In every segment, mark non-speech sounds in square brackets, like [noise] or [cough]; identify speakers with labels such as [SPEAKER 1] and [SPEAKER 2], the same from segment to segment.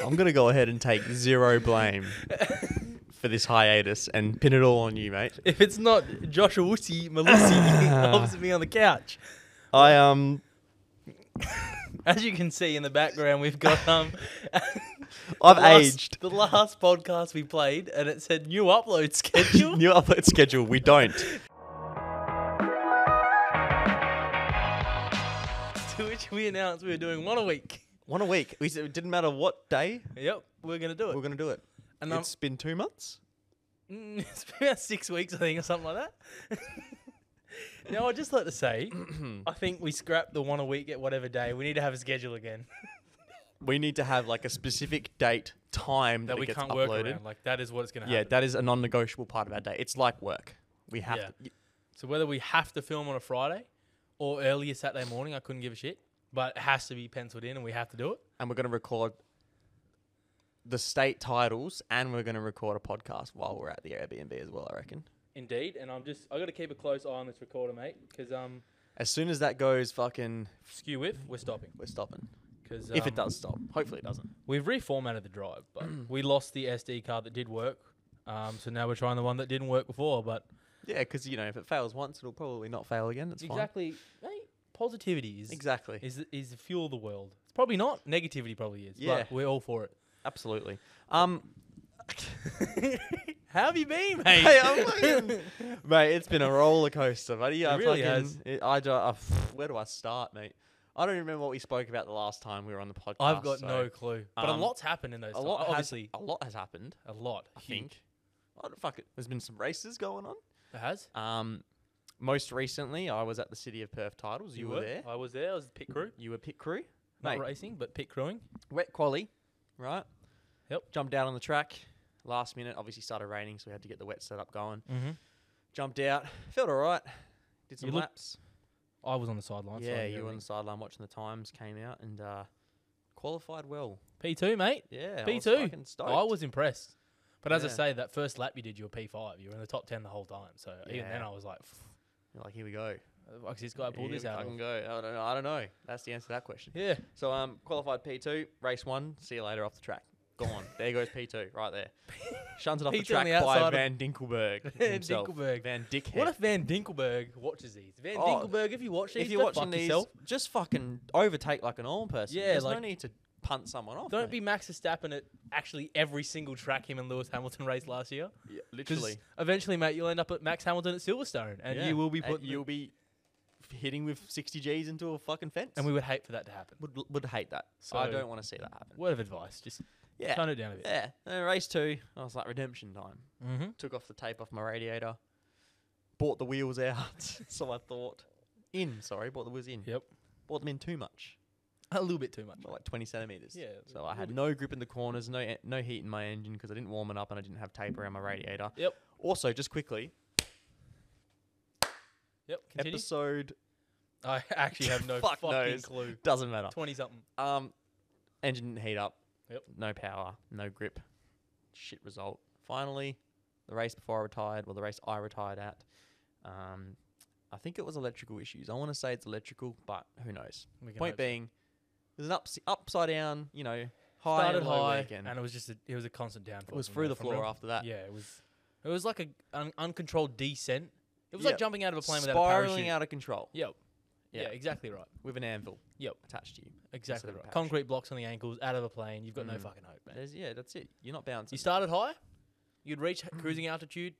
[SPEAKER 1] I'm going to go ahead and take zero blame for this hiatus and pin it all on you, mate.
[SPEAKER 2] If it's not Joshua
[SPEAKER 1] [laughs]
[SPEAKER 2] Wussy Malusi opposite me on the couch.
[SPEAKER 1] I um
[SPEAKER 2] As you can see in the background,
[SPEAKER 1] [laughs]
[SPEAKER 2] we've got um.
[SPEAKER 1] I've
[SPEAKER 2] the last-
[SPEAKER 1] aged.
[SPEAKER 2] The last podcast we played, and it said new upload [laughs] schedule.
[SPEAKER 1] New upload schedule, we don't.
[SPEAKER 2] to which we announced we were doing one a week.
[SPEAKER 1] One a week. We said it didn't matter what day
[SPEAKER 2] Yep, we're gonna do it.
[SPEAKER 1] we are going to do it.
[SPEAKER 2] and um,
[SPEAKER 1] It's been two months.
[SPEAKER 2] Mm, [laughs] it's been about six weeks, I think, or something like that. [laughs] now, I'd just like to
[SPEAKER 1] [clears throat]
[SPEAKER 2] say, I think we scrapped the one a week at whatever day. We need to have a schedule again
[SPEAKER 1] We need to have like a specific date, time that,
[SPEAKER 2] that
[SPEAKER 1] it
[SPEAKER 2] we
[SPEAKER 1] gets
[SPEAKER 2] can't
[SPEAKER 1] uploaded.
[SPEAKER 2] work around. Like, that is what it's going to
[SPEAKER 1] Yeah,
[SPEAKER 2] happen.
[SPEAKER 1] that is a non-negotiable part of our day. It's like work. We have
[SPEAKER 2] Yeah.
[SPEAKER 1] to,
[SPEAKER 2] so, whether we have to film on a Friday or earlier Saturday morning, I couldn't give a shit. But it has to be penciled in and we have to do it.
[SPEAKER 1] and we're going to record the state titles, and we're going to record a podcast while we're at the Airbnb as well. I reckon.
[SPEAKER 2] Indeed. And I'm just, i got to keep a close eye on this recorder, mate, because um,
[SPEAKER 1] As soon as that goes, fucking,
[SPEAKER 2] skew with, we're stopping.
[SPEAKER 1] we're stopping. Um,
[SPEAKER 2] Because
[SPEAKER 1] if it does stop, hopefully it doesn't.
[SPEAKER 2] We've reformatted the drive, but
[SPEAKER 1] [clears throat]
[SPEAKER 2] we lost the SD card that did work. Um, so now we're trying the one that didn't work before. But
[SPEAKER 1] Yeah, because you know, if it fails once, it'll probably not fail again. It's
[SPEAKER 2] exactly, mate, positivity is
[SPEAKER 1] fine. Exactly.
[SPEAKER 2] is the, is the fuel of the world. It's probably not negativity. Probably is.
[SPEAKER 1] Yeah.
[SPEAKER 2] but we're all for
[SPEAKER 1] [laughs] Absolutely. Um, [laughs]
[SPEAKER 2] it. How have you been, mate?
[SPEAKER 1] Hey, I'm
[SPEAKER 2] [laughs]
[SPEAKER 1] fucking- mate, it's been a roller coaster, buddy. I
[SPEAKER 2] really
[SPEAKER 1] fucking,
[SPEAKER 2] has.
[SPEAKER 1] It, I, do- I- [sighs] where do I start, mate? I don't even remember what we spoke about the last time we were on the podcast.
[SPEAKER 2] I've got
[SPEAKER 1] Ah, so
[SPEAKER 2] no clue. But
[SPEAKER 1] um,
[SPEAKER 2] a lot's happened in those.
[SPEAKER 1] A
[SPEAKER 2] times.
[SPEAKER 1] lot,
[SPEAKER 2] obviously,
[SPEAKER 1] has, a lot has happened.
[SPEAKER 2] a lot.
[SPEAKER 1] I
[SPEAKER 2] huge.
[SPEAKER 1] think. I don't, fuck it. There's been some races going on.
[SPEAKER 2] it has.
[SPEAKER 1] Um, most recently, I was at the City of Perth titles. You, were, there.
[SPEAKER 2] I was there. I was pit crew,
[SPEAKER 1] You were pit crew.
[SPEAKER 2] not
[SPEAKER 1] Mate.
[SPEAKER 2] racing, but pit crewing.
[SPEAKER 1] Wet quali, right?
[SPEAKER 2] Yep.
[SPEAKER 1] Jumped out on the track. Last minute, obviously started raining, so we had to get the wet setup going.
[SPEAKER 2] Mm-hmm.
[SPEAKER 1] Jumped out. Felt all right. Did some
[SPEAKER 2] You look-
[SPEAKER 1] laps.
[SPEAKER 2] I was on the sidelines. so I
[SPEAKER 1] yeah,
[SPEAKER 2] knew
[SPEAKER 1] you were on the
[SPEAKER 2] everything.
[SPEAKER 1] sideline watching the times came out and uh, qualified well.
[SPEAKER 2] P two, mate.
[SPEAKER 1] Yeah, I was
[SPEAKER 2] P2.
[SPEAKER 1] fucking stoked.
[SPEAKER 2] I was impressed. But as I
[SPEAKER 1] Yeah.
[SPEAKER 2] say, that first lap you did, you were P5. You were in the top 10 the whole time. So even then,
[SPEAKER 1] Yeah.
[SPEAKER 2] I was like,
[SPEAKER 1] like, here we go.
[SPEAKER 2] "Fuck, this guy pulled
[SPEAKER 1] Here
[SPEAKER 2] this
[SPEAKER 1] we
[SPEAKER 2] out.
[SPEAKER 1] fucking
[SPEAKER 2] of."
[SPEAKER 1] go. I don't know. I don't know. That's the answer to that question.
[SPEAKER 2] Yeah. [laughs]
[SPEAKER 1] So um, qualified P two, race one. See you later off the track.
[SPEAKER 2] [laughs]
[SPEAKER 1] Gone. there goes P two right there. Shunted off the
[SPEAKER 2] P2 on
[SPEAKER 1] track
[SPEAKER 2] the outside
[SPEAKER 1] by
[SPEAKER 2] of-
[SPEAKER 1] Van Dinkelberg.
[SPEAKER 2] [laughs] Van
[SPEAKER 1] himself.
[SPEAKER 2] Dinkelberg.
[SPEAKER 1] Van Dickhead.
[SPEAKER 2] What if Van Dinkelberg watches these? Van
[SPEAKER 1] Oh,
[SPEAKER 2] Dinkelberg, if you watch these,
[SPEAKER 1] if you're
[SPEAKER 2] go
[SPEAKER 1] watching
[SPEAKER 2] fuck
[SPEAKER 1] these,
[SPEAKER 2] yourself.
[SPEAKER 1] just fucking overtake like a normal person.
[SPEAKER 2] Yeah,
[SPEAKER 1] There's no
[SPEAKER 2] like-
[SPEAKER 1] need to punt someone off.
[SPEAKER 2] Don't
[SPEAKER 1] Oh, mate.
[SPEAKER 2] be Max Verstappen at actually every single track him and Lewis Hamilton [laughs] raced last year.
[SPEAKER 1] Yeah,
[SPEAKER 2] 'Cause
[SPEAKER 1] literally.
[SPEAKER 2] eventually, mate, you'll end up at Max Hamilton at Silverstone, and
[SPEAKER 1] Yeah.
[SPEAKER 2] you will be
[SPEAKER 1] And
[SPEAKER 2] put.
[SPEAKER 1] You'll be f- hitting with 60 G's into a fucking fence.
[SPEAKER 2] and we would hate for that to happen.
[SPEAKER 1] would would hate that. So I
[SPEAKER 2] So-
[SPEAKER 1] don't want to see that happen.
[SPEAKER 2] Word of advice, just
[SPEAKER 1] Yeah.
[SPEAKER 2] tone it down a bit.
[SPEAKER 1] Yeah. And race two, I was like redemption time.
[SPEAKER 2] Mm-hmm.
[SPEAKER 1] Took off the tape off my radiator. Bought the wheels out. [laughs] so I thought. In, sorry, bought the wheels in.
[SPEAKER 2] Yep.
[SPEAKER 1] Bought them in too much,
[SPEAKER 2] A little bit too much.
[SPEAKER 1] by like 20 centimeters.
[SPEAKER 2] Yeah,
[SPEAKER 1] So
[SPEAKER 2] a
[SPEAKER 1] I
[SPEAKER 2] little
[SPEAKER 1] had
[SPEAKER 2] bit.
[SPEAKER 1] no grip in the corners, no e- no heat in my engine because I didn't warm it up and I didn't have tape around my radiator.
[SPEAKER 2] Yep.
[SPEAKER 1] Also, just quickly,
[SPEAKER 2] Yep. Continue.
[SPEAKER 1] episode
[SPEAKER 2] I actually have
[SPEAKER 1] [laughs]
[SPEAKER 2] no
[SPEAKER 1] Fuck
[SPEAKER 2] fucking
[SPEAKER 1] knows. Oh.
[SPEAKER 2] clue.
[SPEAKER 1] doesn't matter.
[SPEAKER 2] 20 something.
[SPEAKER 1] Um, engine didn't heat up.
[SPEAKER 2] Yep.
[SPEAKER 1] No power, no grip. Shit result. Finally, the race before I retired, well, the race I retired at, um, I think it was electrical issues. I want to say it's electrical, but who knows?
[SPEAKER 2] We can
[SPEAKER 1] Point
[SPEAKER 2] hope so.
[SPEAKER 1] being, it was an ups- upside down, you know, high
[SPEAKER 2] started
[SPEAKER 1] and low
[SPEAKER 2] high,
[SPEAKER 1] weekend.
[SPEAKER 2] and it was just a, it was a constant downfall.
[SPEAKER 1] it was
[SPEAKER 2] from
[SPEAKER 1] through
[SPEAKER 2] there,
[SPEAKER 1] the
[SPEAKER 2] from
[SPEAKER 1] floor
[SPEAKER 2] real-
[SPEAKER 1] after that.
[SPEAKER 2] Yeah, it was. It was like an un- uncontrolled descent. It was
[SPEAKER 1] Yeah.
[SPEAKER 2] like jumping out of a plane without a parachute.
[SPEAKER 1] Spiraling out of control
[SPEAKER 2] Yep. Yeah.
[SPEAKER 1] Yeah.
[SPEAKER 2] exactly right.
[SPEAKER 1] with an anvil
[SPEAKER 2] Yep.
[SPEAKER 1] attached to you.
[SPEAKER 2] Exactly
[SPEAKER 1] of a
[SPEAKER 2] right.
[SPEAKER 1] parachute.
[SPEAKER 2] Concrete blocks on the ankles, out of a plane. You've got no
[SPEAKER 1] Mm.
[SPEAKER 2] fucking hope, man.
[SPEAKER 1] There's, yeah, that's it. You're not bouncing.
[SPEAKER 2] You started high, you'd reach cruising altitude,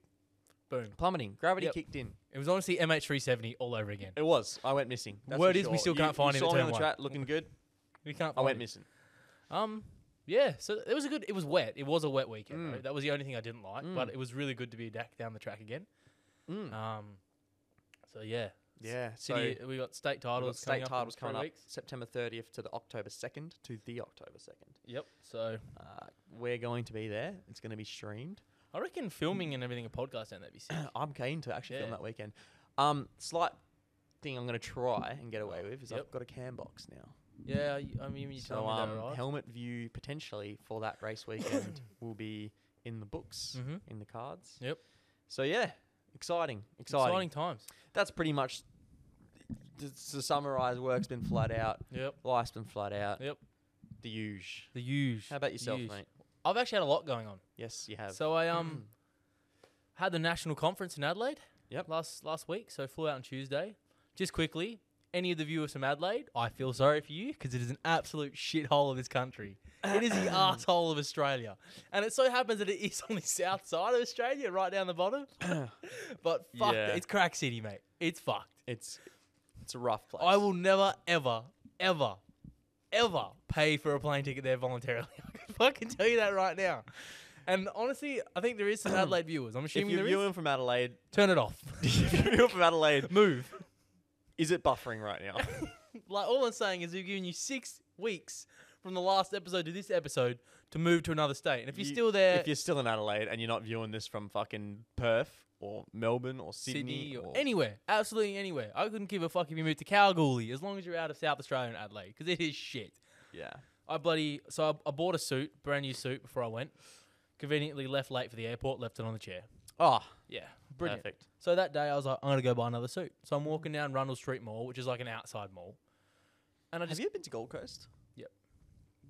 [SPEAKER 2] boom.
[SPEAKER 1] plummeting. Gravity
[SPEAKER 2] Yep.
[SPEAKER 1] kicked in.
[SPEAKER 2] It was honestly MH370 all over again.
[SPEAKER 1] It was. I went missing. That's for
[SPEAKER 2] Word is we
[SPEAKER 1] sure.
[SPEAKER 2] still
[SPEAKER 1] You-
[SPEAKER 2] can't find
[SPEAKER 1] you
[SPEAKER 2] him at
[SPEAKER 1] saw me
[SPEAKER 2] turn
[SPEAKER 1] on the
[SPEAKER 2] one.
[SPEAKER 1] track looking good.
[SPEAKER 2] We can't.
[SPEAKER 1] I
[SPEAKER 2] find
[SPEAKER 1] went
[SPEAKER 2] it.
[SPEAKER 1] missing.
[SPEAKER 2] Um, yeah. So it was a good. It was wet. It was a wet weekend.
[SPEAKER 1] Mm.
[SPEAKER 2] right? That was the only thing I didn't like, but
[SPEAKER 1] Mm.
[SPEAKER 2] it was really good to be back down the track again.
[SPEAKER 1] Mm.
[SPEAKER 2] Um, so yeah,
[SPEAKER 1] Yeah,
[SPEAKER 2] city. we got state
[SPEAKER 1] so we've got
[SPEAKER 2] titles.
[SPEAKER 1] state
[SPEAKER 2] coming
[SPEAKER 1] titles
[SPEAKER 2] up in three
[SPEAKER 1] coming up
[SPEAKER 2] Weeks.
[SPEAKER 1] September 30th to the October 2nd to the October 2nd.
[SPEAKER 2] Yep. So
[SPEAKER 1] Uh, we're going to be there. It's going to be [coughs] streamed.
[SPEAKER 2] I reckon filming and everything a podcast down there
[SPEAKER 1] [coughs]
[SPEAKER 2] be sick.
[SPEAKER 1] I'm keen to actually film
[SPEAKER 2] Yeah.
[SPEAKER 1] that weekend. Um, slight thing I'm going to try and get away with is I've
[SPEAKER 2] Yep.
[SPEAKER 1] got a cam box now.
[SPEAKER 2] yeah, I- I mean, you
[SPEAKER 1] so
[SPEAKER 2] told me
[SPEAKER 1] um,
[SPEAKER 2] that, right?
[SPEAKER 1] helmet view potentially for that race
[SPEAKER 2] [coughs]
[SPEAKER 1] weekend will be in the books,
[SPEAKER 2] Mhm.
[SPEAKER 1] in the cards.
[SPEAKER 2] Yep.
[SPEAKER 1] So yeah, exciting, exciting.
[SPEAKER 2] Exciting. times.
[SPEAKER 1] That's pretty much to, to summarize. Work's been flat out.
[SPEAKER 2] Yep.
[SPEAKER 1] Life's been flat out.
[SPEAKER 2] Yep.
[SPEAKER 1] The huge.
[SPEAKER 2] The huge.
[SPEAKER 1] How about yourself,
[SPEAKER 2] huge.
[SPEAKER 1] mate?
[SPEAKER 2] I've actually had a lot going on.
[SPEAKER 1] Yes, you have.
[SPEAKER 2] So I
[SPEAKER 1] [coughs]
[SPEAKER 2] um had the national conference in Adelaide.
[SPEAKER 1] Yep.
[SPEAKER 2] Last last week, so flew out on Tuesday. Just quickly, any of the viewers from Adelaide, I feel sorry for you because it is an absolute shithole of this country. it is the
[SPEAKER 1] [coughs]
[SPEAKER 2] arsehole of Australia, and it so happens that it is on the south side of Australia, right down the bottom. but fuck,
[SPEAKER 1] Yeah.
[SPEAKER 2] it's crack city, mate. It's fucked.
[SPEAKER 1] it's it's a rough place.
[SPEAKER 2] I will never, ever, ever, ever pay for a plane ticket there voluntarily. [laughs] I can fucking tell you that right now. And honestly, I think there is
[SPEAKER 1] [coughs]
[SPEAKER 2] some Adelaide viewers. I'm
[SPEAKER 1] If
[SPEAKER 2] assuming
[SPEAKER 1] you're
[SPEAKER 2] there is.
[SPEAKER 1] viewing from Adelaide, [laughs]
[SPEAKER 2] Turn it off.
[SPEAKER 1] if you're viewing from
[SPEAKER 2] [laughs]
[SPEAKER 1] Adelaide,
[SPEAKER 2] Move.
[SPEAKER 1] is it buffering right
[SPEAKER 2] [laughs]
[SPEAKER 1] now?
[SPEAKER 2] Like all I'm saying is, we've given you six weeks from the last episode to this episode to move to another state. And if you're
[SPEAKER 1] You-
[SPEAKER 2] still there,
[SPEAKER 1] if you're still in Adelaide and you're not viewing this from fucking Perth or Melbourne or Sydney,
[SPEAKER 2] Sydney or, anywhere, absolutely anywhere, I couldn't give a fuck if you moved to Kalgoorlie as long as you're out of South Australia and Adelaide because it is shit.
[SPEAKER 1] yeah,
[SPEAKER 2] I bloody so I, I bought a suit, brand new suit before I went. Conveniently left late for the airport, left it on the chair.
[SPEAKER 1] oh,
[SPEAKER 2] Yeah, Ah, brilliant.
[SPEAKER 1] perfect.
[SPEAKER 2] So that day I was like, I'm gonna go buy another suit. So I'm walking down Rundle Street Mall, which is like an outside mall, and I
[SPEAKER 1] Have
[SPEAKER 2] just
[SPEAKER 1] you been to Gold Coast?
[SPEAKER 2] Yep.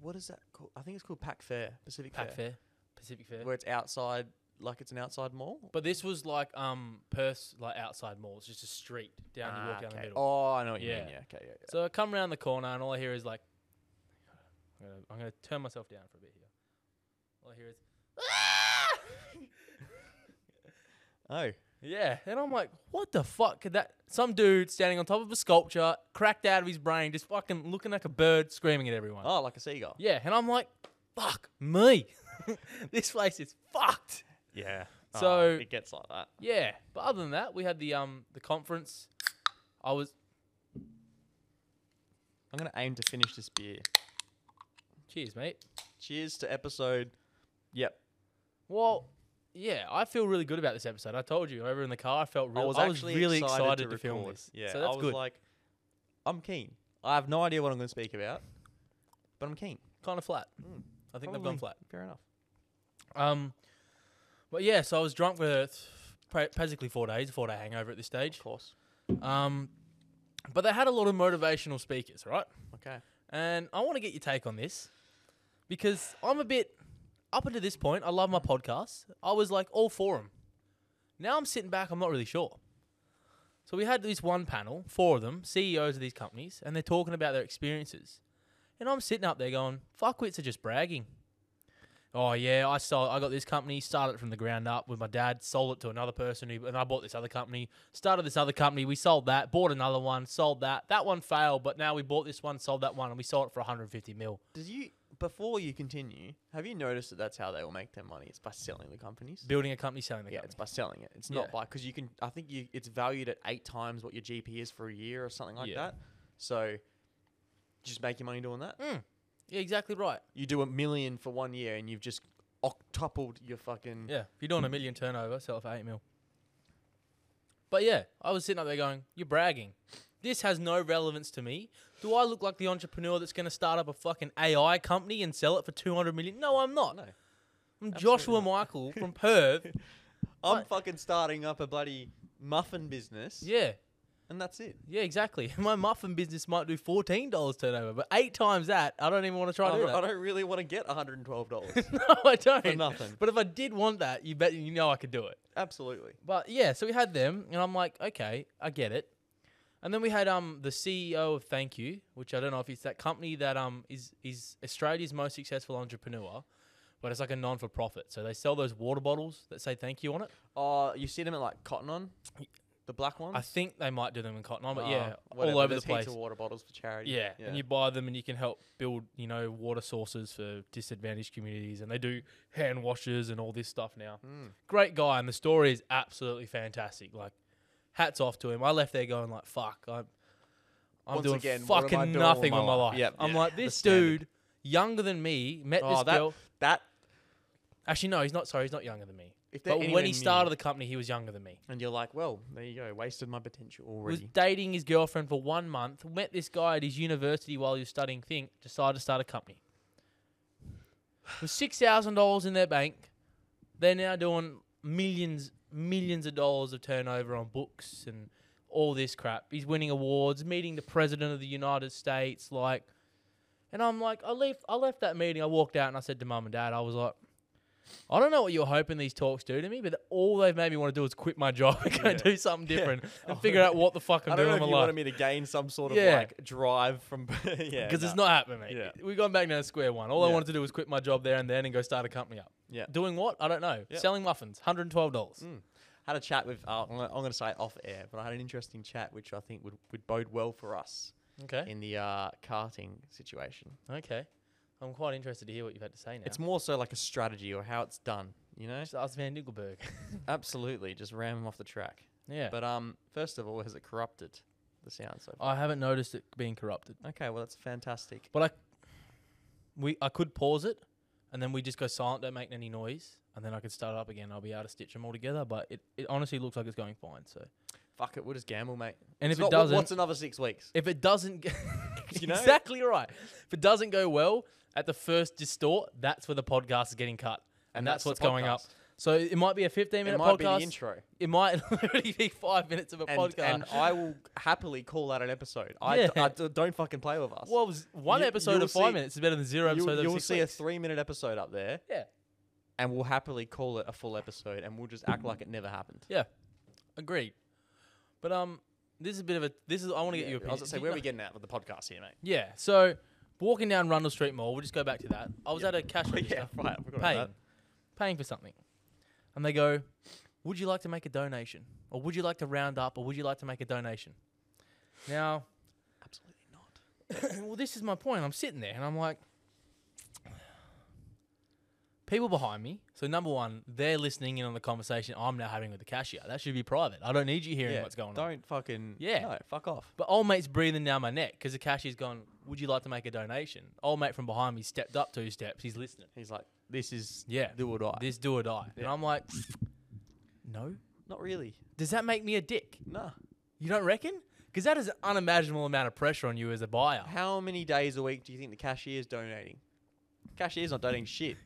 [SPEAKER 1] What is that called? I think it's called Pack Fair, Pacific
[SPEAKER 2] pack fair, Pacific Fair.
[SPEAKER 1] where it's outside, like it's an outside mall.
[SPEAKER 2] But this was like um Perth's like outside mall. It's just a street down. you
[SPEAKER 1] Ah,
[SPEAKER 2] walk down
[SPEAKER 1] okay.
[SPEAKER 2] the middle.
[SPEAKER 1] Oh, I know what you
[SPEAKER 2] Yeah.
[SPEAKER 1] mean. Yeah, okay, yeah, yeah.
[SPEAKER 2] So I come round the corner and all I hear is like, I'm gonna, I'm gonna turn myself down for a bit here. All I hear is, [laughs]
[SPEAKER 1] Oh,
[SPEAKER 2] yeah. And I'm like, what the fuck could that? Some dude standing on top of a sculpture, cracked out of his brain, just fucking looking like a bird, screaming at everyone.
[SPEAKER 1] oh, like a seagull.
[SPEAKER 2] Yeah, and I'm like, fuck me. [laughs] this place is fucked.
[SPEAKER 1] Yeah. Oh,
[SPEAKER 2] So-
[SPEAKER 1] it gets like that.
[SPEAKER 2] Yeah, but other than that, we had the um the conference. I was
[SPEAKER 1] I'm gonna aim to finish this beer.
[SPEAKER 2] cheers, mate.
[SPEAKER 1] Cheers to episode. Yep.
[SPEAKER 2] Well, yeah, I feel really good about this episode. I told you over in the car, I felt real.
[SPEAKER 1] I was actually
[SPEAKER 2] really
[SPEAKER 1] excited,
[SPEAKER 2] excited
[SPEAKER 1] to,
[SPEAKER 2] film
[SPEAKER 1] record.
[SPEAKER 2] this.
[SPEAKER 1] Yeah,
[SPEAKER 2] so that's
[SPEAKER 1] I was
[SPEAKER 2] good.
[SPEAKER 1] like, I'm keen. I have no idea what I'm going to speak about, but I'm keen.
[SPEAKER 2] kind of flat.
[SPEAKER 1] Mm.
[SPEAKER 2] Hmm, I think they've gone flat.
[SPEAKER 1] Probably. Fair enough.
[SPEAKER 2] Um, but yeah, so I was drunk for th- pra- basically four days, four day hangover at this stage.
[SPEAKER 1] Of course.
[SPEAKER 2] Um, but they had a lot of motivational speakers, right?
[SPEAKER 1] Okay.
[SPEAKER 2] And I want to get your take on this because I'm a bit up until this point. I love my podcasts. I was like all for them. Now I'm sitting back. I'm not really sure. So we had this one panel, four of them, CEOs of these companies, and they're talking about their experiences. And I'm sitting up there going, "Fuckwits are just bragging." Oh yeah, I sold. I got this company, started it from the ground up with my dad, sold it to another person, who, and I bought this other company, started this other company. We sold that, bought another one, sold that. That one failed, but now we bought this one, sold that one, and we sold it for 150 mil.
[SPEAKER 1] Did you before you continue? Have you noticed that that's how they will make their money? It's by selling the companies.
[SPEAKER 2] Building a company, selling the
[SPEAKER 1] yeah,
[SPEAKER 2] company.
[SPEAKER 1] it's by selling it. It's
[SPEAKER 2] Yeah.
[SPEAKER 1] not by because you can. I think you it's valued at eight times what your GP is for a year or something like
[SPEAKER 2] Yeah.
[SPEAKER 1] that. So just make your money doing that.
[SPEAKER 2] Yeah, exactly right.
[SPEAKER 1] You do a million for one year and you've just octupled your fucking.
[SPEAKER 2] Yeah, if you're doing a million turnover, sell it for eight mil. But yeah, I was sitting up there going, "You're bragging. This has no relevance to me. Do I look like the entrepreneur that's going to start up a fucking AI company and sell it for 200 million? No, I'm not.
[SPEAKER 1] No.
[SPEAKER 2] I'm
[SPEAKER 1] absolutely
[SPEAKER 2] Joshua Michael from Perth.
[SPEAKER 1] I'm
[SPEAKER 2] But-
[SPEAKER 1] fucking starting up a bloody muffin business.
[SPEAKER 2] Yeah,
[SPEAKER 1] And that's it.
[SPEAKER 2] yeah, exactly. [laughs] My muffin business might do fourteen dollars turnover, but eight times that, I don't even want to try
[SPEAKER 1] I,
[SPEAKER 2] to do
[SPEAKER 1] don't, I
[SPEAKER 2] that.
[SPEAKER 1] don't really want to get
[SPEAKER 2] [laughs]
[SPEAKER 1] $112.
[SPEAKER 2] no, I don't.
[SPEAKER 1] For nothing.
[SPEAKER 2] But if I did want that, you bet you know I could do it.
[SPEAKER 1] Absolutely.
[SPEAKER 2] But yeah, so we had them, and I'm like, okay, I get it. And then we had um the CEO of Thank You, which I don't know if it's that company that um is is Australia's most successful entrepreneur, but it's like a non for profit. So they sell those water bottles that say thank you on it.
[SPEAKER 1] Uh, you see them at like Cotton On? The black ones?
[SPEAKER 2] I think they might do them in Cotton On, but
[SPEAKER 1] Uh,
[SPEAKER 2] yeah,
[SPEAKER 1] whatever,
[SPEAKER 2] all over the
[SPEAKER 1] there's
[SPEAKER 2] place.
[SPEAKER 1] Heaps of water bottles for charity.
[SPEAKER 2] Yeah, and you buy them and you can help build, you know, water sources for disadvantaged communities. And they do hand washes and all this stuff now.
[SPEAKER 1] Mm.
[SPEAKER 2] Great guy, and the story is absolutely fantastic. Like, hats off to him. I left there going like, "Fuck, I'm, I'm
[SPEAKER 1] Once
[SPEAKER 2] doing
[SPEAKER 1] again, what am I
[SPEAKER 2] fucking
[SPEAKER 1] doing with
[SPEAKER 2] nothing
[SPEAKER 1] my
[SPEAKER 2] with my
[SPEAKER 1] life?"
[SPEAKER 2] life."
[SPEAKER 1] Yep,
[SPEAKER 2] I'm
[SPEAKER 1] yeah,
[SPEAKER 2] like,
[SPEAKER 1] the
[SPEAKER 2] this
[SPEAKER 1] standard.
[SPEAKER 2] dude, younger than me, met
[SPEAKER 1] Oh,
[SPEAKER 2] this
[SPEAKER 1] that-
[SPEAKER 2] girl.
[SPEAKER 1] That,
[SPEAKER 2] Actually, no, he's not. Sorry, he's not younger than me.
[SPEAKER 1] if they're
[SPEAKER 2] But when
[SPEAKER 1] anywhere
[SPEAKER 2] he
[SPEAKER 1] near-
[SPEAKER 2] started the company, he was younger than me.
[SPEAKER 1] And you're like, well, there you go. Wasted my potential
[SPEAKER 2] was
[SPEAKER 1] already.
[SPEAKER 2] dating his girlfriend for one month, met this guy at his university while he was studying thing, decided to start a company. With six thousand dollars in their bank, they're now doing millions, millions of dollars of turnover on books and all this crap. He's winning awards, meeting the president of the United States, like And I'm like, I left, I left that meeting. I walked out and I said to mum and dad, I was like, I don't know what you're hoping these talks do to me, but all they've made me want to do is quit my job [laughs] and go
[SPEAKER 1] Yeah.
[SPEAKER 2] do something
[SPEAKER 1] Yeah.
[SPEAKER 2] different
[SPEAKER 1] Oh,
[SPEAKER 2] and figure out what the fuck I'm
[SPEAKER 1] I don't
[SPEAKER 2] doing
[SPEAKER 1] know
[SPEAKER 2] with
[SPEAKER 1] if
[SPEAKER 2] my
[SPEAKER 1] you
[SPEAKER 2] life.
[SPEAKER 1] wanted me to gain some sort of
[SPEAKER 2] Yeah.
[SPEAKER 1] like drive from [laughs] yeah
[SPEAKER 2] Because it's
[SPEAKER 1] nah.
[SPEAKER 2] not happening, mate.
[SPEAKER 1] Yeah.
[SPEAKER 2] We've gone back down to square one. All I
[SPEAKER 1] Yeah.
[SPEAKER 2] wanted to do was quit my job there and then and go start a company up.
[SPEAKER 1] Yeah.
[SPEAKER 2] Doing what? I don't know.
[SPEAKER 1] Yeah.
[SPEAKER 2] Selling muffins, $112.
[SPEAKER 1] had a chat with uh, I'm gonna- I'm going to say it off air, but I had an interesting chat which I think would would bode well for us
[SPEAKER 2] Okay.
[SPEAKER 1] in the uh, karting situation.
[SPEAKER 2] Okay. I'm quite interested to hear what you've had to say now.
[SPEAKER 1] It's more so like a strategy or how it's done, you know?
[SPEAKER 2] [laughs] Just ask Van Nickelberg.
[SPEAKER 1] [laughs] Absolutely, just ram them off the track.
[SPEAKER 2] yeah.
[SPEAKER 1] But um, first of all, has it corrupted the sound so far?
[SPEAKER 2] I haven't noticed it being corrupted.
[SPEAKER 1] Okay, well that's fantastic.
[SPEAKER 2] But I we I could pause it and then we just go silent, don't make any noise, and then I could start it up again. I'll be able to stitch them all together, but it, it honestly looks like it's going fine, so.
[SPEAKER 1] Fuck it, we'll just gamble, mate.
[SPEAKER 2] And
[SPEAKER 1] It's
[SPEAKER 2] if it
[SPEAKER 1] not- what-
[SPEAKER 2] doesn't
[SPEAKER 1] what's another six weeks?
[SPEAKER 2] if it doesn't g-
[SPEAKER 1] [laughs]
[SPEAKER 2] [laughs]
[SPEAKER 1] You know?
[SPEAKER 2] Exactly right. If it doesn't go well at the first distort, that's where the podcast is getting cut. And, that's,
[SPEAKER 1] the
[SPEAKER 2] what's going up.
[SPEAKER 1] podcast.
[SPEAKER 2] So it might be a 15 minute
[SPEAKER 1] It might be
[SPEAKER 2] podcast.
[SPEAKER 1] the intro.
[SPEAKER 2] It might [laughs] literally be five minutes of a
[SPEAKER 1] And,
[SPEAKER 2] podcast.
[SPEAKER 1] and I will happily call that an episode. I,
[SPEAKER 2] Yeah.
[SPEAKER 1] I d- don't fucking play with us.
[SPEAKER 2] Well, it was one
[SPEAKER 1] You-
[SPEAKER 2] episode
[SPEAKER 1] you'll
[SPEAKER 2] of five
[SPEAKER 1] see-
[SPEAKER 2] minutes is better than zero
[SPEAKER 1] you'll,
[SPEAKER 2] episodes of
[SPEAKER 1] you'll
[SPEAKER 2] six
[SPEAKER 1] see
[SPEAKER 2] weeks.
[SPEAKER 1] a three minute episode up there.
[SPEAKER 2] yeah,
[SPEAKER 1] and we'll happily call it a full episode and we'll just act like it never happened.
[SPEAKER 2] agreed. But um, this is a bit of a this is I want to get
[SPEAKER 1] Yeah, I
[SPEAKER 2] your opinion.
[SPEAKER 1] was gonna say,
[SPEAKER 2] Do
[SPEAKER 1] where
[SPEAKER 2] you [laughs]
[SPEAKER 1] are we
[SPEAKER 2] know-
[SPEAKER 1] getting at with the podcast here, mate?
[SPEAKER 2] Yeah, so walking down Rundle Street Mall, we'll just go back to that. I
[SPEAKER 1] [laughs]
[SPEAKER 2] was
[SPEAKER 1] Yeah.
[SPEAKER 2] at a cash register
[SPEAKER 1] right. I forgot about
[SPEAKER 2] paying,
[SPEAKER 1] that.
[SPEAKER 2] paying for something, and they go, "Would you like to make a donation, or would you like to round up, or would you like to make a donation?" Now, [coughs]
[SPEAKER 1] Absolutely not.
[SPEAKER 2] well, this is my point. I'm sitting there and I'm like, people behind me. So number one, they're listening in on the conversation I'm now having with the cashier. That should be private. I don't need you hearing what's going
[SPEAKER 1] don't
[SPEAKER 2] on.
[SPEAKER 1] fucking.
[SPEAKER 2] Yeah.
[SPEAKER 1] No, fuck off.
[SPEAKER 2] But old mate's breathing down my neck because the cashier's gone. Would you like to make a donation? Old mate from behind me stepped up two steps. He's listening.
[SPEAKER 1] He's like, this is
[SPEAKER 2] Yeah,
[SPEAKER 1] do or die.
[SPEAKER 2] this do or die. And
[SPEAKER 1] Yeah.
[SPEAKER 2] I'm like, no.
[SPEAKER 1] not really.
[SPEAKER 2] Does that make me a dick?
[SPEAKER 1] Nah.
[SPEAKER 2] You don't reckon? Because that is an unimaginable amount of pressure on you as a buyer.
[SPEAKER 1] How many days a week do you think the cashier's donating? Cashier's not donating [laughs] shit.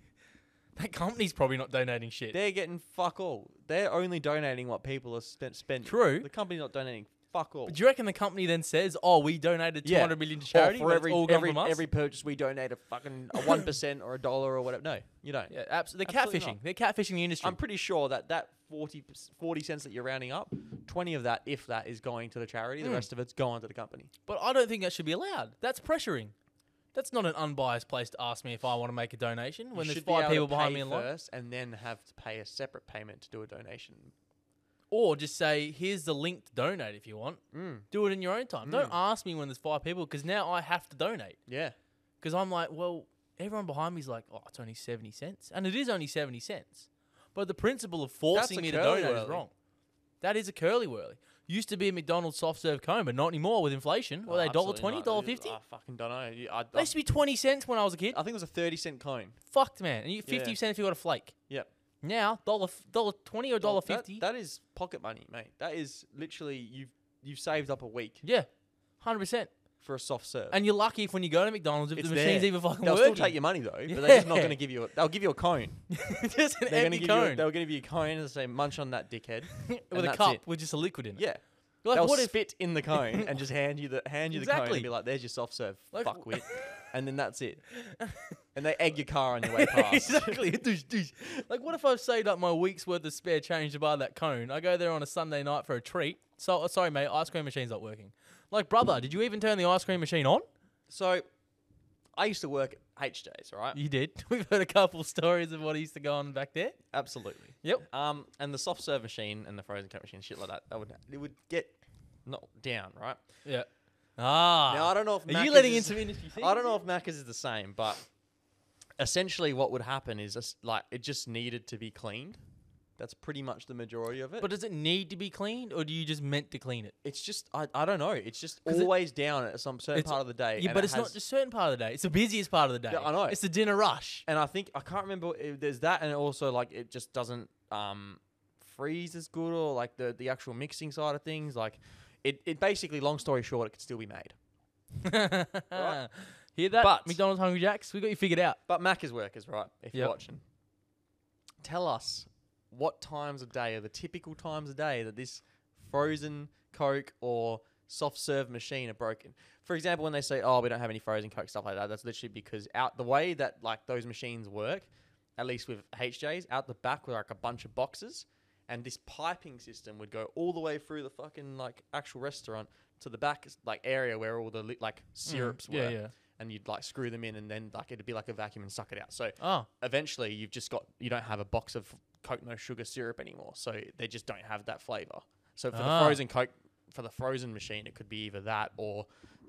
[SPEAKER 2] That company's probably not donating shit.
[SPEAKER 1] They're getting fuck all. They're only donating what people are spent spending.
[SPEAKER 2] True.
[SPEAKER 1] The company's not donating fuck all.
[SPEAKER 2] But do you reckon the company then says, "Oh, we donated two
[SPEAKER 1] Yeah.
[SPEAKER 2] hundred million to
[SPEAKER 1] or
[SPEAKER 2] charity,
[SPEAKER 1] for
[SPEAKER 2] but
[SPEAKER 1] every
[SPEAKER 2] it's all gone
[SPEAKER 1] every,
[SPEAKER 2] from us"?
[SPEAKER 1] every purchase we donate a fucking a one percent or a dollar or whatever. No, you don't.
[SPEAKER 2] yeah, absolutely. They're
[SPEAKER 1] Absolutely
[SPEAKER 2] catfishing.
[SPEAKER 1] not.
[SPEAKER 2] They're catfishing the industry.
[SPEAKER 1] I'm pretty sure that that 40, 40 cents that you're rounding up, 20 of that, if that, is going to the charity. The
[SPEAKER 2] Mm.
[SPEAKER 1] rest of it's going to the company.
[SPEAKER 2] but I don't think that should be allowed. That's pressuring. That's not an unbiased place to ask me if I want to make a donation when
[SPEAKER 1] you
[SPEAKER 2] there's
[SPEAKER 1] should be
[SPEAKER 2] five
[SPEAKER 1] able to
[SPEAKER 2] people behind
[SPEAKER 1] pay
[SPEAKER 2] me in line,
[SPEAKER 1] first, and then have to pay a separate payment to do a donation.
[SPEAKER 2] or just say, "Here's the link to donate if you want.
[SPEAKER 1] Mm.
[SPEAKER 2] Do it in your own time. Don't
[SPEAKER 1] Hmm.
[SPEAKER 2] ask me when there's five people because now I have to donate
[SPEAKER 1] Yeah,
[SPEAKER 2] because I'm like, well, everyone behind me's like, oh, it's only seventy cents, and it is only seventy cents. But the principle of forcing
[SPEAKER 1] a
[SPEAKER 2] me to
[SPEAKER 1] curly
[SPEAKER 2] donate is
[SPEAKER 1] whirly.
[SPEAKER 2] wrong. That is a curly whirly. Used to be a McDonald's soft serve cone, but not anymore with inflation. Were
[SPEAKER 1] Oh,
[SPEAKER 2] they dollar
[SPEAKER 1] absolutely
[SPEAKER 2] twenty,
[SPEAKER 1] not. Oh,
[SPEAKER 2] dollar fifty?
[SPEAKER 1] I fucking don't know. I, I,
[SPEAKER 2] They used to be twenty cents when I was a kid.
[SPEAKER 1] I think it was a thirty cent coin.
[SPEAKER 2] Fucked man, and you get
[SPEAKER 1] Oh. Yeah.
[SPEAKER 2] fifty cents if you got a flake.
[SPEAKER 1] Yep.
[SPEAKER 2] Now dollar f- dollar twenty or dollar
[SPEAKER 1] That-
[SPEAKER 2] fifty.
[SPEAKER 1] that is pocket money, mate. That is literally you've you've saved up a week
[SPEAKER 2] Yeah, hundred percent.
[SPEAKER 1] for a soft serve.
[SPEAKER 2] And you're lucky if when you go to McDonald's, if
[SPEAKER 1] It's
[SPEAKER 2] the machine's
[SPEAKER 1] there.
[SPEAKER 2] even fucking
[SPEAKER 1] they'll
[SPEAKER 2] working.
[SPEAKER 1] still take your money though, but they're just not
[SPEAKER 2] Yeah.
[SPEAKER 1] going to give you. A, they'll give you a cone.
[SPEAKER 2] [laughs] just an
[SPEAKER 1] They're going to
[SPEAKER 2] empty
[SPEAKER 1] give you. A,
[SPEAKER 2] cone
[SPEAKER 1] they're going to give you a cone and say, "Munch on that, dickhead." and
[SPEAKER 2] [laughs] with a
[SPEAKER 1] that's
[SPEAKER 2] cup
[SPEAKER 1] it.
[SPEAKER 2] with just a liquid in it.
[SPEAKER 1] Yeah,
[SPEAKER 2] Like
[SPEAKER 1] they'll
[SPEAKER 2] what if?
[SPEAKER 1] spit in the cone and just hand you the hand you the cone
[SPEAKER 2] Exactly.
[SPEAKER 1] and be like, "There's your soft serve,
[SPEAKER 2] Like-
[SPEAKER 1] fuckwit," and then that's it. And they egg your car on
[SPEAKER 2] [laughs]
[SPEAKER 1] your way past.
[SPEAKER 2] exactly. Douche, douche. Like, what if I've saved up my week's worth of spare change to buy that cone? I go there on a Sunday night for a treat. So, oh, sorry, mate, ice cream machine's not working. Like, brother, did you even turn the ice cream machine on?
[SPEAKER 1] So, I used to work at H Days, all right?
[SPEAKER 2] You did. [laughs] We've heard a couple stories of what used to go on back there.
[SPEAKER 1] Absolutely.
[SPEAKER 2] Yep.
[SPEAKER 1] Um, and the soft serve machine and the frozen cup machine, shit like that, that would it would get knocked down, right?
[SPEAKER 2] Yeah. Ah.
[SPEAKER 1] Now I don't know if
[SPEAKER 2] Are you
[SPEAKER 1] Macca's
[SPEAKER 2] letting in
[SPEAKER 1] is-
[SPEAKER 2] some industry
[SPEAKER 1] [laughs]
[SPEAKER 2] things?
[SPEAKER 1] I don't know if Macca's is the same, but essentially what would happen is just, like it just needed to be cleaned. That's pretty much the majority of it.
[SPEAKER 2] [laughs] But does it need to be cleaned, or do you just meant to clean it?
[SPEAKER 1] it's just I, I don't know. It's just
[SPEAKER 2] 'Cause it-
[SPEAKER 1] always down at some certain
[SPEAKER 2] It's-
[SPEAKER 1] part of the day.
[SPEAKER 2] Yeah,
[SPEAKER 1] and it
[SPEAKER 2] but it's not
[SPEAKER 1] has-
[SPEAKER 2] just certain part of the day. It's the busiest part of the day.
[SPEAKER 1] Yeah, I know.
[SPEAKER 2] It's the dinner rush. [laughs]
[SPEAKER 1] And I think I can't remember. If there's that, and also like it just doesn't um freeze as good, or like the the actual mixing side of things. Like it, it basically, long story short, it could still be made.
[SPEAKER 2] Hear that?
[SPEAKER 1] But-
[SPEAKER 2] McDonald's Hungry Jacks, we got you figured out.
[SPEAKER 1] But Macca's workers, right? If you're
[SPEAKER 2] Yep.
[SPEAKER 1] watching, tell us what times of day are the typical times of day that this frozen Coke or soft serve machine are broken. For example, when they say, "Oh, we don't have any frozen Coke stuff like that," that's literally because out the way that like those machines work, at least with HJs, out the back were like a bunch of boxes, and this piping system would go all the way through the fucking like actual restaurant to the back like area where all the li- like syrups were,
[SPEAKER 2] Mm, yeah, yeah.
[SPEAKER 1] and you'd like screw them in, and then like it'd be like a vacuum and suck it out. So
[SPEAKER 2] Oh,
[SPEAKER 1] eventually you've just got you don't have a box of Coke no sugar syrup anymore, so they just don't have that flavor. So for
[SPEAKER 2] Ah.
[SPEAKER 1] the frozen Coke, for the frozen machine, it could be either that or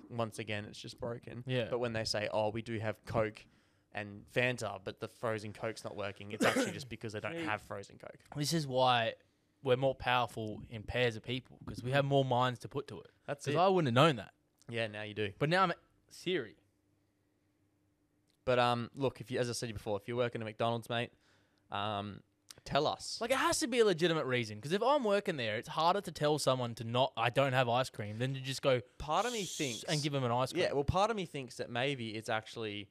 [SPEAKER 1] once again it's just broken.
[SPEAKER 2] Yeah.
[SPEAKER 1] But when they say, "Oh, we do have Coke and Fanta, but the frozen Coke's not working," it's actually just because they don't have frozen Coke.
[SPEAKER 2] this is why we're more powerful in pairs of people because we have more minds to put to it.
[SPEAKER 1] That's
[SPEAKER 2] Because
[SPEAKER 1] it.
[SPEAKER 2] I wouldn't have known that.
[SPEAKER 1] yeah, now you do.
[SPEAKER 2] But now I'm Siri.
[SPEAKER 1] But um, look, if you, as I said before, if you're working at McDonald's, mate, um, tell us.
[SPEAKER 2] Like it has to be a legitimate reason because if I'm working there, it's harder to tell someone to not I don't have ice cream than to just go
[SPEAKER 1] Part of me
[SPEAKER 2] "S-
[SPEAKER 1] thinks
[SPEAKER 2] and give them an ice cream.
[SPEAKER 1] Yeah, well, part of me thinks that maybe it's actually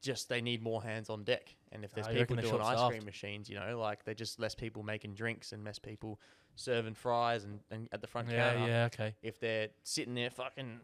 [SPEAKER 1] just they need more hands on deck, and if there's
[SPEAKER 2] Ah, you
[SPEAKER 1] people
[SPEAKER 2] reckon they're
[SPEAKER 1] doing ice
[SPEAKER 2] short-staffed?
[SPEAKER 1] cream machines, you know, like they're just less people making drinks and less people serving fries and, and at the front
[SPEAKER 2] yeah,
[SPEAKER 1] counter.
[SPEAKER 2] yeah, okay.
[SPEAKER 1] If they're sitting there fucking,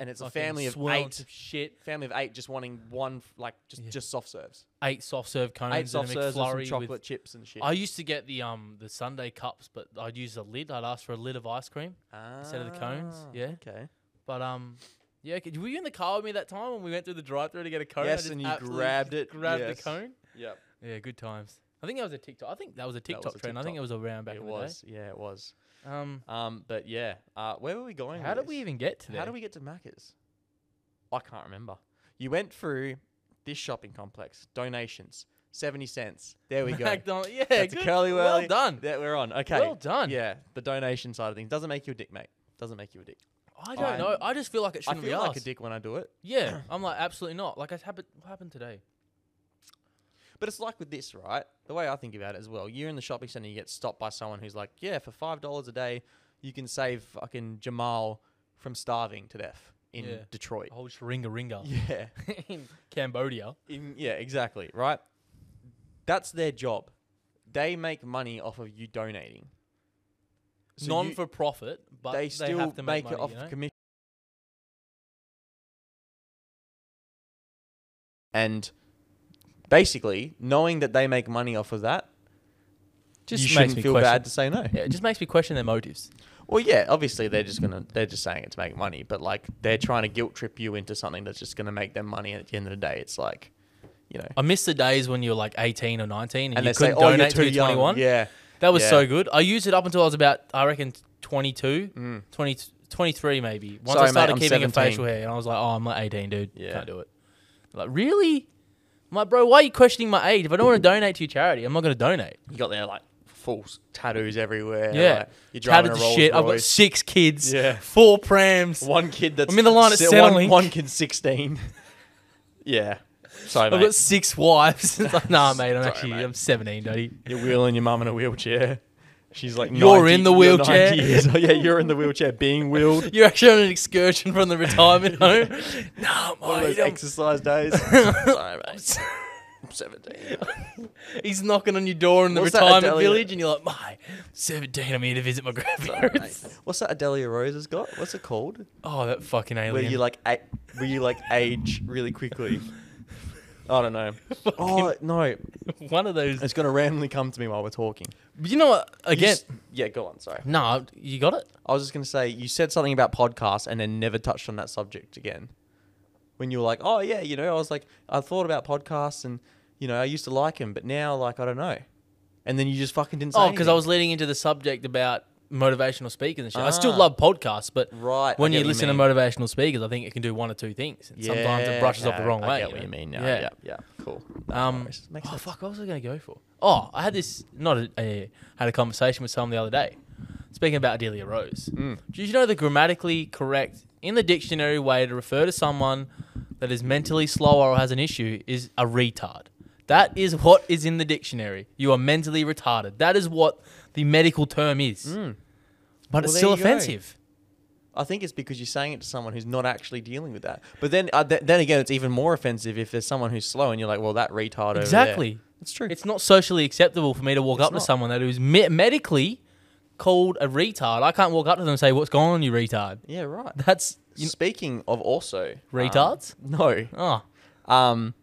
[SPEAKER 1] and it's
[SPEAKER 2] Fucking
[SPEAKER 1] a family of
[SPEAKER 2] swirling
[SPEAKER 1] eight,
[SPEAKER 2] some shit,
[SPEAKER 1] family of eight, just wanting one f- like just
[SPEAKER 2] Yeah.
[SPEAKER 1] just soft serves,
[SPEAKER 2] eight soft serve cones,
[SPEAKER 1] eight soft
[SPEAKER 2] and a
[SPEAKER 1] serves with some
[SPEAKER 2] McFlurry
[SPEAKER 1] chocolate
[SPEAKER 2] with
[SPEAKER 1] chips and shit.
[SPEAKER 2] I used to get the um the Sunday cups, but I'd use a lid. I'd ask for a lid of ice cream. instead of the cones,
[SPEAKER 1] Ah,
[SPEAKER 2] yeah.
[SPEAKER 1] Okay.
[SPEAKER 2] But um, yeah, okay. were you in the car with me that time when we went through the drive-through to get a cone? I
[SPEAKER 1] Yes,
[SPEAKER 2] just
[SPEAKER 1] and you
[SPEAKER 2] absolutely
[SPEAKER 1] grabbed
[SPEAKER 2] just
[SPEAKER 1] it,
[SPEAKER 2] Grabbed
[SPEAKER 1] yes.
[SPEAKER 2] the cone.
[SPEAKER 1] Yep.
[SPEAKER 2] Yeah, good times. I think that was a TikTok. I think that was a
[SPEAKER 1] That was
[SPEAKER 2] TikTok
[SPEAKER 1] a
[SPEAKER 2] trend. I think it
[SPEAKER 1] TikTok.
[SPEAKER 2] was around back
[SPEAKER 1] it
[SPEAKER 2] in
[SPEAKER 1] was. Yeah, it was.
[SPEAKER 2] the day. Um,
[SPEAKER 1] Um, but yeah. Uh, where were we going?
[SPEAKER 2] how
[SPEAKER 1] with
[SPEAKER 2] did
[SPEAKER 1] this?
[SPEAKER 2] we even get to
[SPEAKER 1] How
[SPEAKER 2] that?
[SPEAKER 1] do we get to Macca's? I can't remember. You went through this shopping complex. Donations, seventy cents. There
[SPEAKER 2] [laughs]
[SPEAKER 1] we go. [laughs]
[SPEAKER 2] McDonald- yeah,
[SPEAKER 1] That's a
[SPEAKER 2] good.
[SPEAKER 1] curly
[SPEAKER 2] well
[SPEAKER 1] whirly.
[SPEAKER 2] done.
[SPEAKER 1] That we're on. Okay.
[SPEAKER 2] Well done.
[SPEAKER 1] Yeah, the donation side of things doesn't make you a dick, mate. Doesn't make you a dick.
[SPEAKER 2] I don't
[SPEAKER 1] I-
[SPEAKER 2] know. I just feel like it
[SPEAKER 1] I
[SPEAKER 2] shouldn't be
[SPEAKER 1] feel like a
[SPEAKER 2] asked.
[SPEAKER 1] dick when I do it,
[SPEAKER 2] Yeah, I'm like absolutely not. Like it happened. What happened today?
[SPEAKER 1] but it's like with this, right? The way I think about it as well. You're in the shopping center, you get stopped by someone who's like, "Yeah, for five dollars a day, you can save fucking Jamal from starving to death in
[SPEAKER 2] Yeah. Oh,
[SPEAKER 1] Detroit."
[SPEAKER 2] A whole ringa ringa
[SPEAKER 1] [laughs] Yeah.
[SPEAKER 2] in Cambodia.
[SPEAKER 1] In, yeah, exactly. Right. That's their job. They make money off of you donating. So you-
[SPEAKER 2] non for profit, but
[SPEAKER 1] they still
[SPEAKER 2] have to make,
[SPEAKER 1] it
[SPEAKER 2] money,
[SPEAKER 1] off
[SPEAKER 2] you
[SPEAKER 1] the
[SPEAKER 2] know?
[SPEAKER 1] commission. And basically, knowing that they make money off of that,
[SPEAKER 2] Just
[SPEAKER 1] you
[SPEAKER 2] makes
[SPEAKER 1] shouldn't
[SPEAKER 2] me
[SPEAKER 1] feel
[SPEAKER 2] question-
[SPEAKER 1] bad to say no.
[SPEAKER 2] Yeah, it just makes me question their motives.
[SPEAKER 1] Well, yeah, obviously they're just gonna they're just saying it to make money, but like they're trying to guilt trip you into something that's just gonna make them money. And at the end of the day, it's like, you know,
[SPEAKER 2] I miss the days when you were like 18 or 19 and,
[SPEAKER 1] and
[SPEAKER 2] you
[SPEAKER 1] they say,
[SPEAKER 2] couldn't
[SPEAKER 1] "Oh, you're
[SPEAKER 2] donate
[SPEAKER 1] too
[SPEAKER 2] till you're
[SPEAKER 1] young."
[SPEAKER 2] 21.
[SPEAKER 1] Yeah,
[SPEAKER 2] That was
[SPEAKER 1] Yeah.
[SPEAKER 2] so good. I used it up until I was about, I reckon, 22,
[SPEAKER 1] Mm.
[SPEAKER 2] 20, 23 maybe. Once
[SPEAKER 1] Sorry,
[SPEAKER 2] I
[SPEAKER 1] mate,
[SPEAKER 2] started
[SPEAKER 1] I'm
[SPEAKER 2] keeping a
[SPEAKER 1] 17.
[SPEAKER 2] facial hair and I was like, oh, I'm like 18, dude.
[SPEAKER 1] Yeah.
[SPEAKER 2] Can't do it. Like, really? I'm like, bro, why are you questioning my age? If I don't want to donate to your charity, I'm not going to donate.
[SPEAKER 1] You got their like full s- tattoos everywhere.
[SPEAKER 2] Yeah.
[SPEAKER 1] like, you're driving
[SPEAKER 2] Tatted
[SPEAKER 1] a
[SPEAKER 2] to
[SPEAKER 1] Rolls
[SPEAKER 2] shit. I've got
[SPEAKER 1] Royce.
[SPEAKER 2] six kids,
[SPEAKER 1] Yeah.
[SPEAKER 2] four prams.
[SPEAKER 1] one kid that's
[SPEAKER 2] I'm in the line at
[SPEAKER 1] si- one,
[SPEAKER 2] Centrelink.
[SPEAKER 1] one kid's sixteen. [laughs] yeah, sorry
[SPEAKER 2] I've
[SPEAKER 1] mate.
[SPEAKER 2] got six wives. [laughs] It's like, nah, mate, I'm
[SPEAKER 1] Sorry,
[SPEAKER 2] actually,
[SPEAKER 1] mate.
[SPEAKER 2] I'm 17, dude.
[SPEAKER 1] You're wheeling your mum in a wheelchair. She's like,
[SPEAKER 2] You're
[SPEAKER 1] 90
[SPEAKER 2] in the
[SPEAKER 1] you're 90
[SPEAKER 2] wheelchair.
[SPEAKER 1] years old. Yeah, you're in the wheelchair being
[SPEAKER 2] [laughs]
[SPEAKER 1] wheeled.
[SPEAKER 2] You're actually on an excursion from the retirement
[SPEAKER 1] [laughs]
[SPEAKER 2] home. nah,
[SPEAKER 1] One of
[SPEAKER 2] mate,
[SPEAKER 1] those
[SPEAKER 2] I'm [laughs]
[SPEAKER 1] exercise days. sorry mate. I'm seventeen.
[SPEAKER 2] [laughs] He's knocking on your door in the
[SPEAKER 1] What's that,
[SPEAKER 2] retirement
[SPEAKER 1] Adelia?
[SPEAKER 2] village, and you're like, "My, 17. I'm here to visit my grandparents."
[SPEAKER 1] What's that Adelia Rose has got? What's it called?
[SPEAKER 2] oh, that fucking alien!
[SPEAKER 1] Where you like, a- where you like age really quickly.
[SPEAKER 2] [laughs]
[SPEAKER 1] I don't know. Oh no,
[SPEAKER 2] one of those.
[SPEAKER 1] it's gonna randomly come to me while we're talking.
[SPEAKER 2] You know what? Again,
[SPEAKER 1] s- yeah, go on. Sorry.
[SPEAKER 2] no, nah, you got it.
[SPEAKER 1] I was just going to say, you said something about podcasts and then never touched on that subject again. When you were like, oh, yeah, you know, I was like, I thought about podcasts and, you know, I used to like them, but now, like, I don't know. And then you just fucking didn't say
[SPEAKER 2] Oh, because I
[SPEAKER 1] anything.
[SPEAKER 2] was leading into the subject about motivational speakers and shit. I still
[SPEAKER 1] Ah.
[SPEAKER 2] love podcasts, but
[SPEAKER 1] Right, I
[SPEAKER 2] when
[SPEAKER 1] get
[SPEAKER 2] you
[SPEAKER 1] what you
[SPEAKER 2] listen
[SPEAKER 1] mean.
[SPEAKER 2] to motivational speakers, I think it can do one or two things. And sometimes it
[SPEAKER 1] Yeah,
[SPEAKER 2] brushes off the
[SPEAKER 1] no,
[SPEAKER 2] wrong way.
[SPEAKER 1] I get what
[SPEAKER 2] know?
[SPEAKER 1] you mean now. Yeah, yeah, cool. No
[SPEAKER 2] Um,
[SPEAKER 1] worries. Makes
[SPEAKER 2] oh
[SPEAKER 1] sense.
[SPEAKER 2] fuck! What was I going to go for? Oh, I had this. Not a, a, had a conversation with someone the other day, speaking about Adelia Rose.
[SPEAKER 1] Mm.
[SPEAKER 2] Do you know the grammatically correct in the dictionary way to refer to someone that is mentally slower or has an issue is a retard? That is what is in the dictionary. You are mentally retarded. That is what the medical term is.
[SPEAKER 1] Mm. Well,
[SPEAKER 2] But it's
[SPEAKER 1] there
[SPEAKER 2] still
[SPEAKER 1] you go.
[SPEAKER 2] offensive.
[SPEAKER 1] I think it's because you're saying it to someone who's not actually dealing with that. But then, uh, th- then again, it's even more offensive if there's someone who's slow and you're like, well, that retard over there.
[SPEAKER 2] Exactly. [laughs]
[SPEAKER 1] It's true.
[SPEAKER 2] It's not socially acceptable for me to walk
[SPEAKER 1] It's
[SPEAKER 2] up
[SPEAKER 1] not.
[SPEAKER 2] to someone that is me- medically called a retard, I can't walk up to them and say, "What's going on, you retard?"
[SPEAKER 1] Yeah, right.
[SPEAKER 2] That's [laughs] you
[SPEAKER 1] Speaking of also um,
[SPEAKER 2] retards.
[SPEAKER 1] no,
[SPEAKER 2] oh,
[SPEAKER 1] um,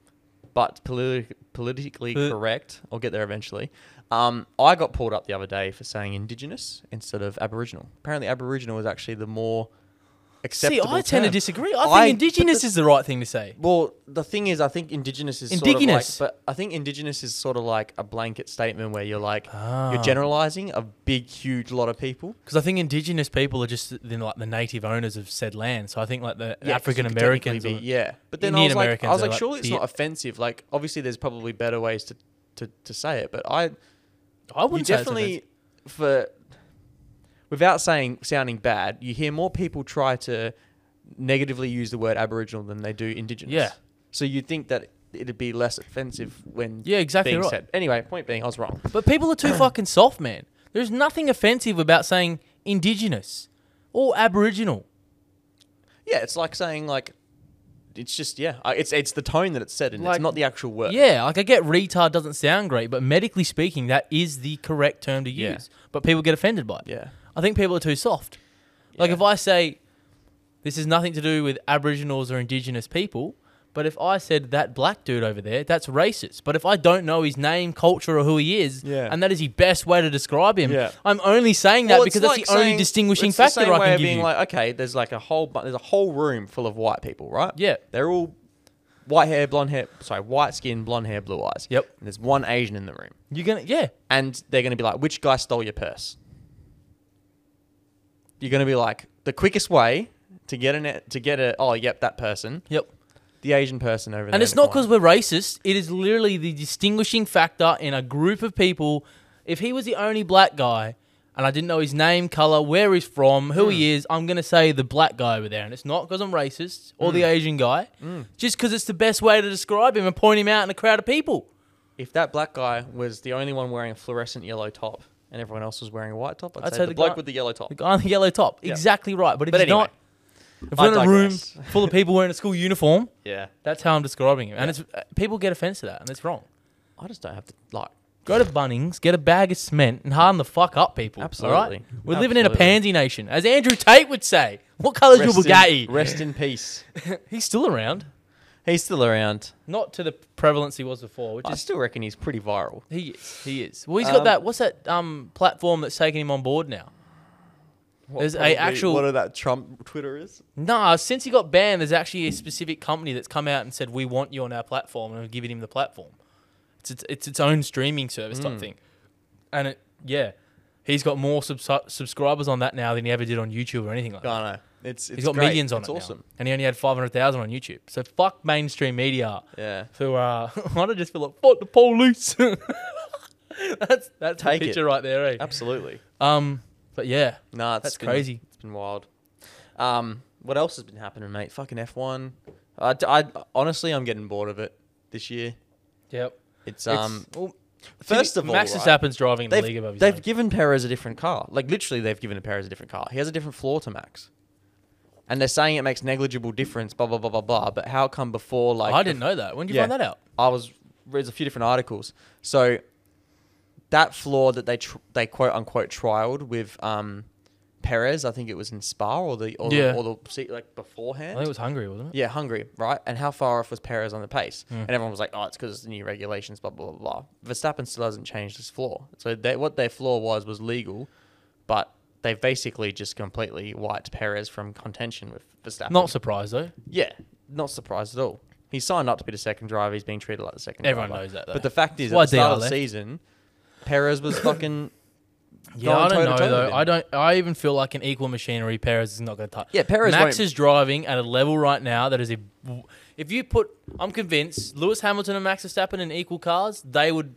[SPEAKER 1] but politi- politically
[SPEAKER 2] Uh.
[SPEAKER 1] correct. I'll get there eventually. Um, I got pulled up the other day for saying Indigenous instead of Aboriginal. Apparently, Aboriginal is actually the more
[SPEAKER 2] see,
[SPEAKER 1] acceptable.
[SPEAKER 2] I tend to
[SPEAKER 1] term.
[SPEAKER 2] disagree. I,
[SPEAKER 1] I- but
[SPEAKER 2] think Indigenous is the right thing to say.
[SPEAKER 1] Well, the thing is, I think Indigenous is
[SPEAKER 2] Indigenous.
[SPEAKER 1] Sort of like, but I think Indigenous is sort of like a blanket statement where you're like
[SPEAKER 2] Ah.
[SPEAKER 1] you're generalising a big, huge lot of people.
[SPEAKER 2] Because I think Indigenous people are just the, like the native owners of said land. So I think like the
[SPEAKER 1] 'cause you could
[SPEAKER 2] African
[SPEAKER 1] technically
[SPEAKER 2] Americans.
[SPEAKER 1] be-
[SPEAKER 2] or-
[SPEAKER 1] yeah. But then
[SPEAKER 2] Indian
[SPEAKER 1] I was like,
[SPEAKER 2] Americans
[SPEAKER 1] I was
[SPEAKER 2] are
[SPEAKER 1] like,
[SPEAKER 2] like
[SPEAKER 1] surely it's
[SPEAKER 2] the-
[SPEAKER 1] not offensive. Like, obviously, there's probably better ways to to, to say it, but I
[SPEAKER 2] I
[SPEAKER 1] you
[SPEAKER 2] wouldn't say it's offensive.
[SPEAKER 1] definitely for without saying sounding bad, you hear more people try to negatively use the word Aboriginal than they do Indigenous.
[SPEAKER 2] Yeah.
[SPEAKER 1] So you'd think that it'd be less offensive when
[SPEAKER 2] Yeah, exactly
[SPEAKER 1] being
[SPEAKER 2] right.
[SPEAKER 1] said. Anyway, point being, I was wrong.
[SPEAKER 2] But
[SPEAKER 1] [clears throat]
[SPEAKER 2] people are too fucking soft, man. There's nothing offensive about saying Indigenous or Aboriginal.
[SPEAKER 1] Yeah, it's like saying like. It's just yeah, I- it's it's the tone that it's said in.
[SPEAKER 2] Like-
[SPEAKER 1] it's not the actual word.
[SPEAKER 2] Yeah, like I get retard doesn't sound great, but medically speaking, that is the correct term to use.
[SPEAKER 1] Yeah.
[SPEAKER 2] But people get offended by it.
[SPEAKER 1] yeah,
[SPEAKER 2] I think people are too soft. Like
[SPEAKER 1] Yeah.
[SPEAKER 2] if I say this is nothing to do with Aboriginals or Indigenous people, but if I said that black dude over there, that's racist. But if I don't know his name, culture, or who he is,
[SPEAKER 1] Yeah.
[SPEAKER 2] and that is the best way to describe him,
[SPEAKER 1] Yeah.
[SPEAKER 2] I'm only saying that
[SPEAKER 1] Well, it's
[SPEAKER 2] because that's
[SPEAKER 1] like
[SPEAKER 2] the only
[SPEAKER 1] saying-
[SPEAKER 2] distinguishing
[SPEAKER 1] it's
[SPEAKER 2] factor
[SPEAKER 1] the same
[SPEAKER 2] I
[SPEAKER 1] way
[SPEAKER 2] can
[SPEAKER 1] of
[SPEAKER 2] give
[SPEAKER 1] being
[SPEAKER 2] you.
[SPEAKER 1] like, okay, there's like a whole bu- there's a whole room full of white people, right?
[SPEAKER 2] yeah,
[SPEAKER 1] They're all white hair, blonde hair, sorry, white skin, blonde hair, blue eyes.
[SPEAKER 2] Yep.
[SPEAKER 1] And there's one Asian in the room.
[SPEAKER 2] you're gonna yeah.
[SPEAKER 1] And they're going to be like, which guy stole your purse? You're going to be like, the quickest way to get an to get a oh yep that person
[SPEAKER 2] Yep.
[SPEAKER 1] the Asian person over there.
[SPEAKER 2] And
[SPEAKER 1] in
[SPEAKER 2] it's
[SPEAKER 1] the
[SPEAKER 2] not
[SPEAKER 1] corner."
[SPEAKER 2] because we're racist. It is literally the distinguishing factor in a group of people. If he was the only black guy and I didn't know his name, color, where he's from, who he
[SPEAKER 1] Hmm.
[SPEAKER 2] is, I'm going to say the black guy over there. And it's not because I'm racist or
[SPEAKER 1] Hmm.
[SPEAKER 2] the Asian guy, just because it's the best way to describe him and point him out in a crowd of people.
[SPEAKER 1] if that black guy was the only one wearing a fluorescent yellow top and everyone else was wearing a white top, I'd,
[SPEAKER 2] I'd
[SPEAKER 1] say,
[SPEAKER 2] say
[SPEAKER 1] the
[SPEAKER 2] the
[SPEAKER 1] bloke
[SPEAKER 2] guy-
[SPEAKER 1] with the yellow top.
[SPEAKER 2] The guy in the yellow top.
[SPEAKER 1] Yeah.
[SPEAKER 2] Exactly right. But if
[SPEAKER 1] But
[SPEAKER 2] he's
[SPEAKER 1] anyway,
[SPEAKER 2] not, if we're in a room
[SPEAKER 1] digress.
[SPEAKER 2] full of people wearing a school uniform,
[SPEAKER 1] yeah,
[SPEAKER 2] that's how I'm describing him. And it's uh, people get offense to that, and it's wrong.
[SPEAKER 1] I just don't have to like.
[SPEAKER 2] Go to Bunnings, get a bag of cement, and harden the fuck up, people. All right?
[SPEAKER 1] Absolutely.
[SPEAKER 2] We're living in a
[SPEAKER 1] Absolutely.
[SPEAKER 2] pansy nation, as Andrew Tate would say. What colour's your
[SPEAKER 1] Rest
[SPEAKER 2] Bugatti?
[SPEAKER 1] in, rest in peace.
[SPEAKER 2] He's still around,
[SPEAKER 1] [laughs] He's still around.
[SPEAKER 2] not to the prevalence he was before. Which
[SPEAKER 1] I
[SPEAKER 2] is
[SPEAKER 1] still reckon he's pretty viral.
[SPEAKER 2] he is, he is. Well, he's
[SPEAKER 1] Um,
[SPEAKER 2] got that. What's that um platform that's taking him on board now?
[SPEAKER 1] What,
[SPEAKER 2] There's a
[SPEAKER 1] probably
[SPEAKER 2] actual-
[SPEAKER 1] what that Trump Twitter is.
[SPEAKER 2] Nah, since he got banned, there's actually a specific company that's come out and said we want you on our platform, and we've given him the platform. It's its, it's, its own streaming service
[SPEAKER 1] Hmm.
[SPEAKER 2] type thing, and it yeah, he's got more subs- subscribers on that now than he ever did on YouTube or anything like that.
[SPEAKER 1] I know. It's, it's
[SPEAKER 2] He's got
[SPEAKER 1] great.
[SPEAKER 2] millions on
[SPEAKER 1] it's
[SPEAKER 2] it. now,
[SPEAKER 1] awesome.
[SPEAKER 2] and he only had 500,000 on YouTube. So fuck mainstream media
[SPEAKER 1] Yeah.
[SPEAKER 2] who
[SPEAKER 1] uh,
[SPEAKER 2] are. [laughs] I just feel like, fuck the [laughs] police. that's that's
[SPEAKER 1] Take
[SPEAKER 2] the
[SPEAKER 1] it.
[SPEAKER 2] picture right there, eh?
[SPEAKER 1] Absolutely.
[SPEAKER 2] Um, but yeah,
[SPEAKER 1] Nah, it's
[SPEAKER 2] That's
[SPEAKER 1] been-
[SPEAKER 2] crazy.
[SPEAKER 1] It's been wild. Um, what else has been happening, mate? Fucking F one. I, d- I- honestly, I'm getting bored of it this year.
[SPEAKER 2] yep.
[SPEAKER 1] It's
[SPEAKER 2] It's-
[SPEAKER 1] um.
[SPEAKER 2] well,
[SPEAKER 1] first of all,
[SPEAKER 2] Max
[SPEAKER 1] right,
[SPEAKER 2] Verstappen's driving in the league above
[SPEAKER 1] they've,
[SPEAKER 2] his
[SPEAKER 1] they've
[SPEAKER 2] own.
[SPEAKER 1] given Perez a different car. Like literally, they've given Perez a different car. He has a different floor to Max. And they're saying it makes negligible difference, blah blah blah blah blah. But how come before like
[SPEAKER 2] I
[SPEAKER 1] the
[SPEAKER 2] didn't know that. When did you
[SPEAKER 1] Yeah.
[SPEAKER 2] find that out?
[SPEAKER 1] I was reads a few different articles. So that flaw that they tr- they quote unquote trialed with um, Perez, I think it was in Spa or the or,
[SPEAKER 2] Yeah.
[SPEAKER 1] the, or the se- like
[SPEAKER 2] I
[SPEAKER 1] beforehand.
[SPEAKER 2] think it was Hungary, wasn't it?
[SPEAKER 1] yeah, Hungary, right? And how far off was Perez on the pace?
[SPEAKER 2] Hmm.
[SPEAKER 1] And everyone was like, "Oh, it's because it's the new regulations." Blah blah blah blah. Verstappen still hasn't changed his flaw. So they, what their flaw was was legal, but they've basically just completely wiped Perez from contention with Verstappen.
[SPEAKER 2] Not surprised though.
[SPEAKER 1] Yeah, not surprised at all. He signed up to be the second driver. He's being treated like the second
[SPEAKER 2] Everyone
[SPEAKER 1] driver.
[SPEAKER 2] knows that, though.
[SPEAKER 1] But the fact is,
[SPEAKER 2] That's why
[SPEAKER 1] at the start
[SPEAKER 2] DR
[SPEAKER 1] of the
[SPEAKER 2] left.
[SPEAKER 1] season, Perez was fucking.
[SPEAKER 2] Yeah, I
[SPEAKER 1] going
[SPEAKER 2] don't know
[SPEAKER 1] toe-to-toe with
[SPEAKER 2] though.
[SPEAKER 1] him.
[SPEAKER 2] I don't. I even feel like an equal machinery. Perez is not going to touch.
[SPEAKER 1] Yeah, Perez
[SPEAKER 2] Max
[SPEAKER 1] won't-
[SPEAKER 2] is driving at a level right now that is a. If you put, I'm convinced Lewis Hamilton and Max Verstappen in equal cars, they would,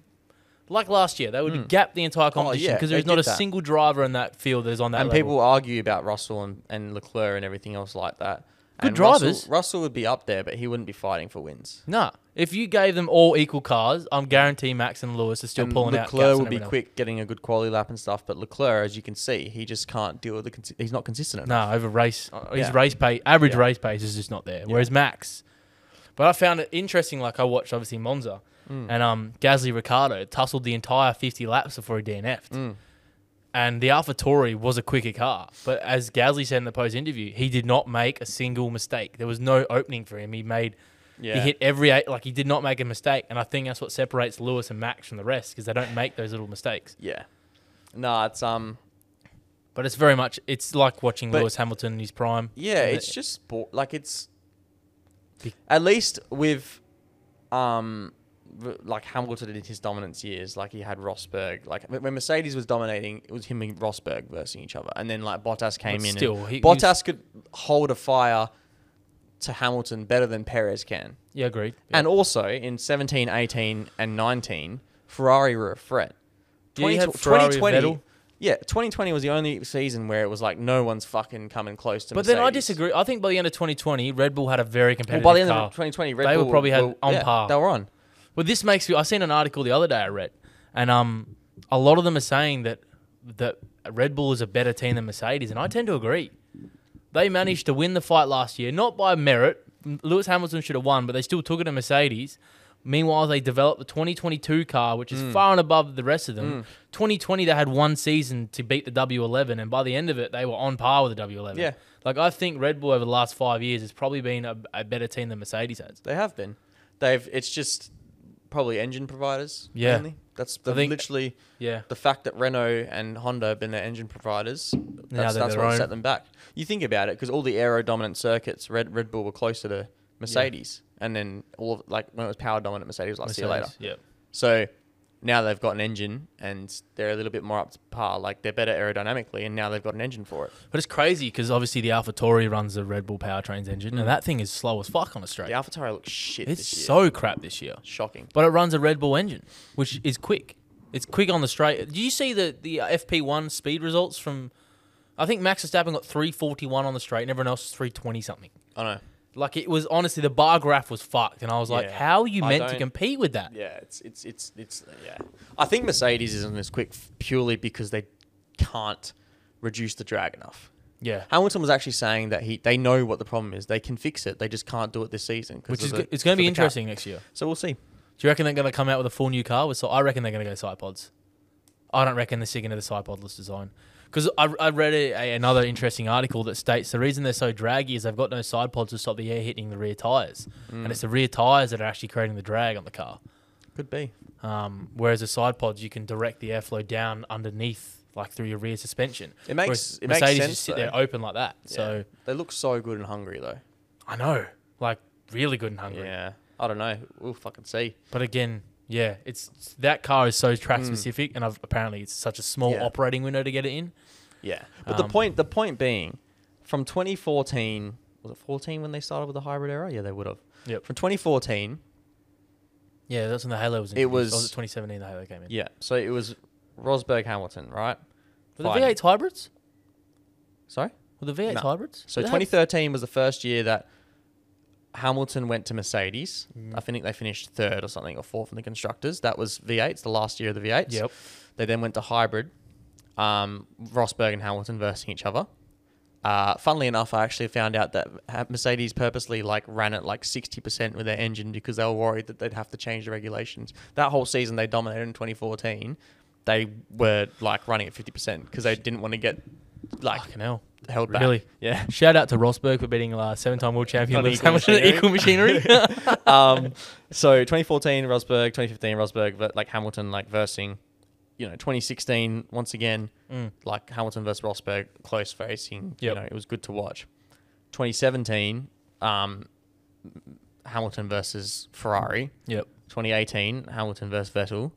[SPEAKER 2] like last year, they would gap the entire competition
[SPEAKER 1] Hmm. Oh, yeah,
[SPEAKER 2] because
[SPEAKER 1] they
[SPEAKER 2] there is not
[SPEAKER 1] did
[SPEAKER 2] a
[SPEAKER 1] that.
[SPEAKER 2] single driver in that field that is on that.
[SPEAKER 1] And
[SPEAKER 2] level.
[SPEAKER 1] people argue about Russell and, and Leclerc and everything else like that.
[SPEAKER 2] Good
[SPEAKER 1] And Russell-
[SPEAKER 2] drivers.
[SPEAKER 1] Russell, would be up there, but he wouldn't be fighting for wins.
[SPEAKER 2] Nah, if you gave them all equal cars, I'm guarantee Max and Lewis are still
[SPEAKER 1] And
[SPEAKER 2] pulling out.
[SPEAKER 1] Leclerc
[SPEAKER 2] gaps on
[SPEAKER 1] would be
[SPEAKER 2] everyone else.
[SPEAKER 1] quick, getting a good quality lap and stuff. But Leclerc, as you can see, he just can't deal with the. Consi- he's not consistent enough.
[SPEAKER 2] No, over race, uh, his
[SPEAKER 1] Oh, Yeah.
[SPEAKER 2] race pace, average
[SPEAKER 1] Yeah.
[SPEAKER 2] race pace is just not there. Whereas Max, but I found it interesting. Like I watched obviously
[SPEAKER 1] Mm. Mm.
[SPEAKER 2] Monza and um Gasly Ricardo tussled the entire fifty laps before he DNF'd. And the Alpha Tori was a quicker car. But as Gowsley said in the post interview, he did not make a single mistake. There was no opening for him. He made
[SPEAKER 1] Yeah.
[SPEAKER 2] he hit every eight, like he did not make a mistake. And I think that's what separates Lewis and Max from the rest because they don't make those little mistakes.
[SPEAKER 1] Yeah. Nah, it's um
[SPEAKER 2] But it's very much it's like watching
[SPEAKER 1] But-
[SPEAKER 2] Lewis Hamilton in his prime.
[SPEAKER 1] Yeah,
[SPEAKER 2] And
[SPEAKER 1] it's
[SPEAKER 2] it-
[SPEAKER 1] just sport. Like it's
[SPEAKER 2] Be-
[SPEAKER 1] at least with um v- like Hamilton in his dominance years, like he had Rosberg. Like when when Mercedes was dominating, it was him and Rosberg versing each other. And then like Bottas came
[SPEAKER 2] But
[SPEAKER 1] in.
[SPEAKER 2] still, he- he
[SPEAKER 1] and
[SPEAKER 2] was-
[SPEAKER 1] Bottas could hold a fire to Hamilton better than Perez can.
[SPEAKER 2] Yeah, agreed.
[SPEAKER 1] And also in 17, 18, and 19, Ferrari were a threat.
[SPEAKER 2] Yeah,
[SPEAKER 1] 20
[SPEAKER 2] you had Ferrari with
[SPEAKER 1] 2020
[SPEAKER 2] Vettel.
[SPEAKER 1] Yeah, 2020 was the only season where it was like no one's fucking coming close to
[SPEAKER 2] But then I
[SPEAKER 1] Mercedes.
[SPEAKER 2] disagree. I think by the end of 2020, Red Bull had a very
[SPEAKER 1] Well,
[SPEAKER 2] competitive
[SPEAKER 1] by the end
[SPEAKER 2] car.
[SPEAKER 1] of 2020, Red
[SPEAKER 2] They were
[SPEAKER 1] Bull
[SPEAKER 2] probably had on
[SPEAKER 1] yeah,
[SPEAKER 2] par.
[SPEAKER 1] They were on.
[SPEAKER 2] Well, this makes me. I seen an article the other day I read, and um, a lot of them are saying that that Red Bull is a better team than Mercedes, and I tend to agree. They managed to win the fight last year, not by merit. M- Lewis Hamilton should have won, but they still took it to Mercedes. Meanwhile, they developed the 2022 car, which
[SPEAKER 1] Mm.
[SPEAKER 2] is far and above the rest of them. 2020, they had one season to beat the W11, and by the end of it, they were on par with the W11.
[SPEAKER 1] Yeah.
[SPEAKER 2] Like, I think Red Bull over the last five years has probably been a, a better team than Mercedes has.
[SPEAKER 1] They have been. They've. It's just probably engine providers.
[SPEAKER 2] Yeah.
[SPEAKER 1] Mainly. That's the,
[SPEAKER 2] think-
[SPEAKER 1] literally
[SPEAKER 2] Yeah.
[SPEAKER 1] the fact that Renault and Honda have been their engine providers. That's,
[SPEAKER 2] they're
[SPEAKER 1] that's
[SPEAKER 2] their
[SPEAKER 1] what
[SPEAKER 2] own.
[SPEAKER 1] set them back. You think about it, because all the aero dominant circuits, Red Red Bull were closer to Mercedes, and then all of, like when it was power dominant, Mercedes was like see you later.
[SPEAKER 2] Mercedes, Yeah.
[SPEAKER 1] So now they've got an engine, and they're a little bit more up to par. Like they're better aerodynamically, and now they've got an engine for it.
[SPEAKER 2] But it's crazy because obviously the Alpha Tori runs the Red Bull powertrains engine, and that thing is slow as fuck on a straight.
[SPEAKER 1] The AlphaTauri looks shit.
[SPEAKER 2] it's
[SPEAKER 1] this year.
[SPEAKER 2] so crap this year.
[SPEAKER 1] shocking.
[SPEAKER 2] But it runs a Red Bull engine, which is quick. It's quick on the straight. Do you see the the uh, FP1 speed results from? I think Max Verstappen got 341 on the straight, and everyone else was 320 something.
[SPEAKER 1] I know.
[SPEAKER 2] Like it was honestly the bar graph was fucked, and I was like,
[SPEAKER 1] Yeah.
[SPEAKER 2] how are you
[SPEAKER 1] I
[SPEAKER 2] meant to
[SPEAKER 1] don't-
[SPEAKER 2] compete with that?
[SPEAKER 1] Yeah, it's it's it's it's yeah. I think Mercedes isn't as quick f- purely because they can't reduce the drag enough.
[SPEAKER 2] Yeah,
[SPEAKER 1] Hamilton was actually saying that he they know what the problem is. They can fix it. They just can't do it this season. 'cause
[SPEAKER 2] which
[SPEAKER 1] of
[SPEAKER 2] is
[SPEAKER 1] the-
[SPEAKER 2] go- it's going
[SPEAKER 1] for
[SPEAKER 2] to be
[SPEAKER 1] the cap.
[SPEAKER 2] interesting next year.
[SPEAKER 1] So we'll see.
[SPEAKER 2] Do you reckon they're going to come out with a full new car? With so I reckon they're going to go side pods. I don't reckon they're sticking to the side podless design because I, I read a, a- another interesting article that states the reason they're so draggy is they've got no side pods to stop the air hitting the rear tires,
[SPEAKER 1] Mm.
[SPEAKER 2] and it's the rear tires that are actually creating the drag on the car.
[SPEAKER 1] Could be.
[SPEAKER 2] Um, whereas the side pods, you can direct the airflow down underneath, like through your rear suspension.
[SPEAKER 1] It makes
[SPEAKER 2] Whereas
[SPEAKER 1] it
[SPEAKER 2] Mercedes
[SPEAKER 1] makes sense.
[SPEAKER 2] just sit
[SPEAKER 1] though.
[SPEAKER 2] there open like that.
[SPEAKER 1] Yeah.
[SPEAKER 2] So
[SPEAKER 1] they look so good and hungry though.
[SPEAKER 2] I know, like really good and hungry.
[SPEAKER 1] Yeah. I don't know. We'll fucking see.
[SPEAKER 2] But again, yeah, it's that car is so track specific, and I've, apparently it's such a small
[SPEAKER 1] Yeah.
[SPEAKER 2] operating window to get it in.
[SPEAKER 1] Yeah. But the
[SPEAKER 2] Um,
[SPEAKER 1] point the point being, from 2014 was it 14 when they started with the hybrid era? Yeah, they would have.
[SPEAKER 2] Yep.
[SPEAKER 1] From 2014.
[SPEAKER 2] Yeah, that's when the Halo was.
[SPEAKER 1] It
[SPEAKER 2] introduced.
[SPEAKER 1] was-
[SPEAKER 2] Or was it 2017 the Halo came in.
[SPEAKER 1] Yeah. So it was Rosberg Hamilton, right?
[SPEAKER 2] Were the
[SPEAKER 1] fine.
[SPEAKER 2] V8 hybrids?
[SPEAKER 1] Sorry.
[SPEAKER 2] Were the V8
[SPEAKER 1] No.
[SPEAKER 2] hybrids?
[SPEAKER 1] So
[SPEAKER 2] Did they have-
[SPEAKER 1] 2013 was the first year that Hamilton went to Mercedes.
[SPEAKER 2] Mm.
[SPEAKER 1] I think they finished third or something, or fourth in the constructors. That was V8s, the last year of the V8s.
[SPEAKER 2] Yep.
[SPEAKER 1] They then went to hybrid. Um, Rosberg and Hamilton versing each other. Uh, funnily enough, I actually found out that Ha- Mercedes purposely like ran at like 60% with their engine because they were worried that they'd have to change the regulations. That whole season they dominated in 2014. They were like running at 50% because they didn't want to get like
[SPEAKER 2] Fucking hell.
[SPEAKER 1] held back.
[SPEAKER 2] Really?
[SPEAKER 1] Yeah.
[SPEAKER 2] Shout out to Rosberg for beating uh, seven-time world champion
[SPEAKER 1] Not
[SPEAKER 2] Lewis
[SPEAKER 1] equal
[SPEAKER 2] Hamilton at
[SPEAKER 1] machinery.
[SPEAKER 2] Equal Machinery.
[SPEAKER 1] um, so 2014 Rosberg, 2015 Rosberg, but like Hamilton, like versing, you know, 2016 once again,
[SPEAKER 2] [laughs] Mm.
[SPEAKER 1] like Hamilton versus Rosberg, close facing.
[SPEAKER 2] Yep.
[SPEAKER 1] You know, it was good to watch. 2017, um, Hamilton versus Ferrari.
[SPEAKER 2] Yep.
[SPEAKER 1] [laughs] 2018, Hamilton versus Vettel.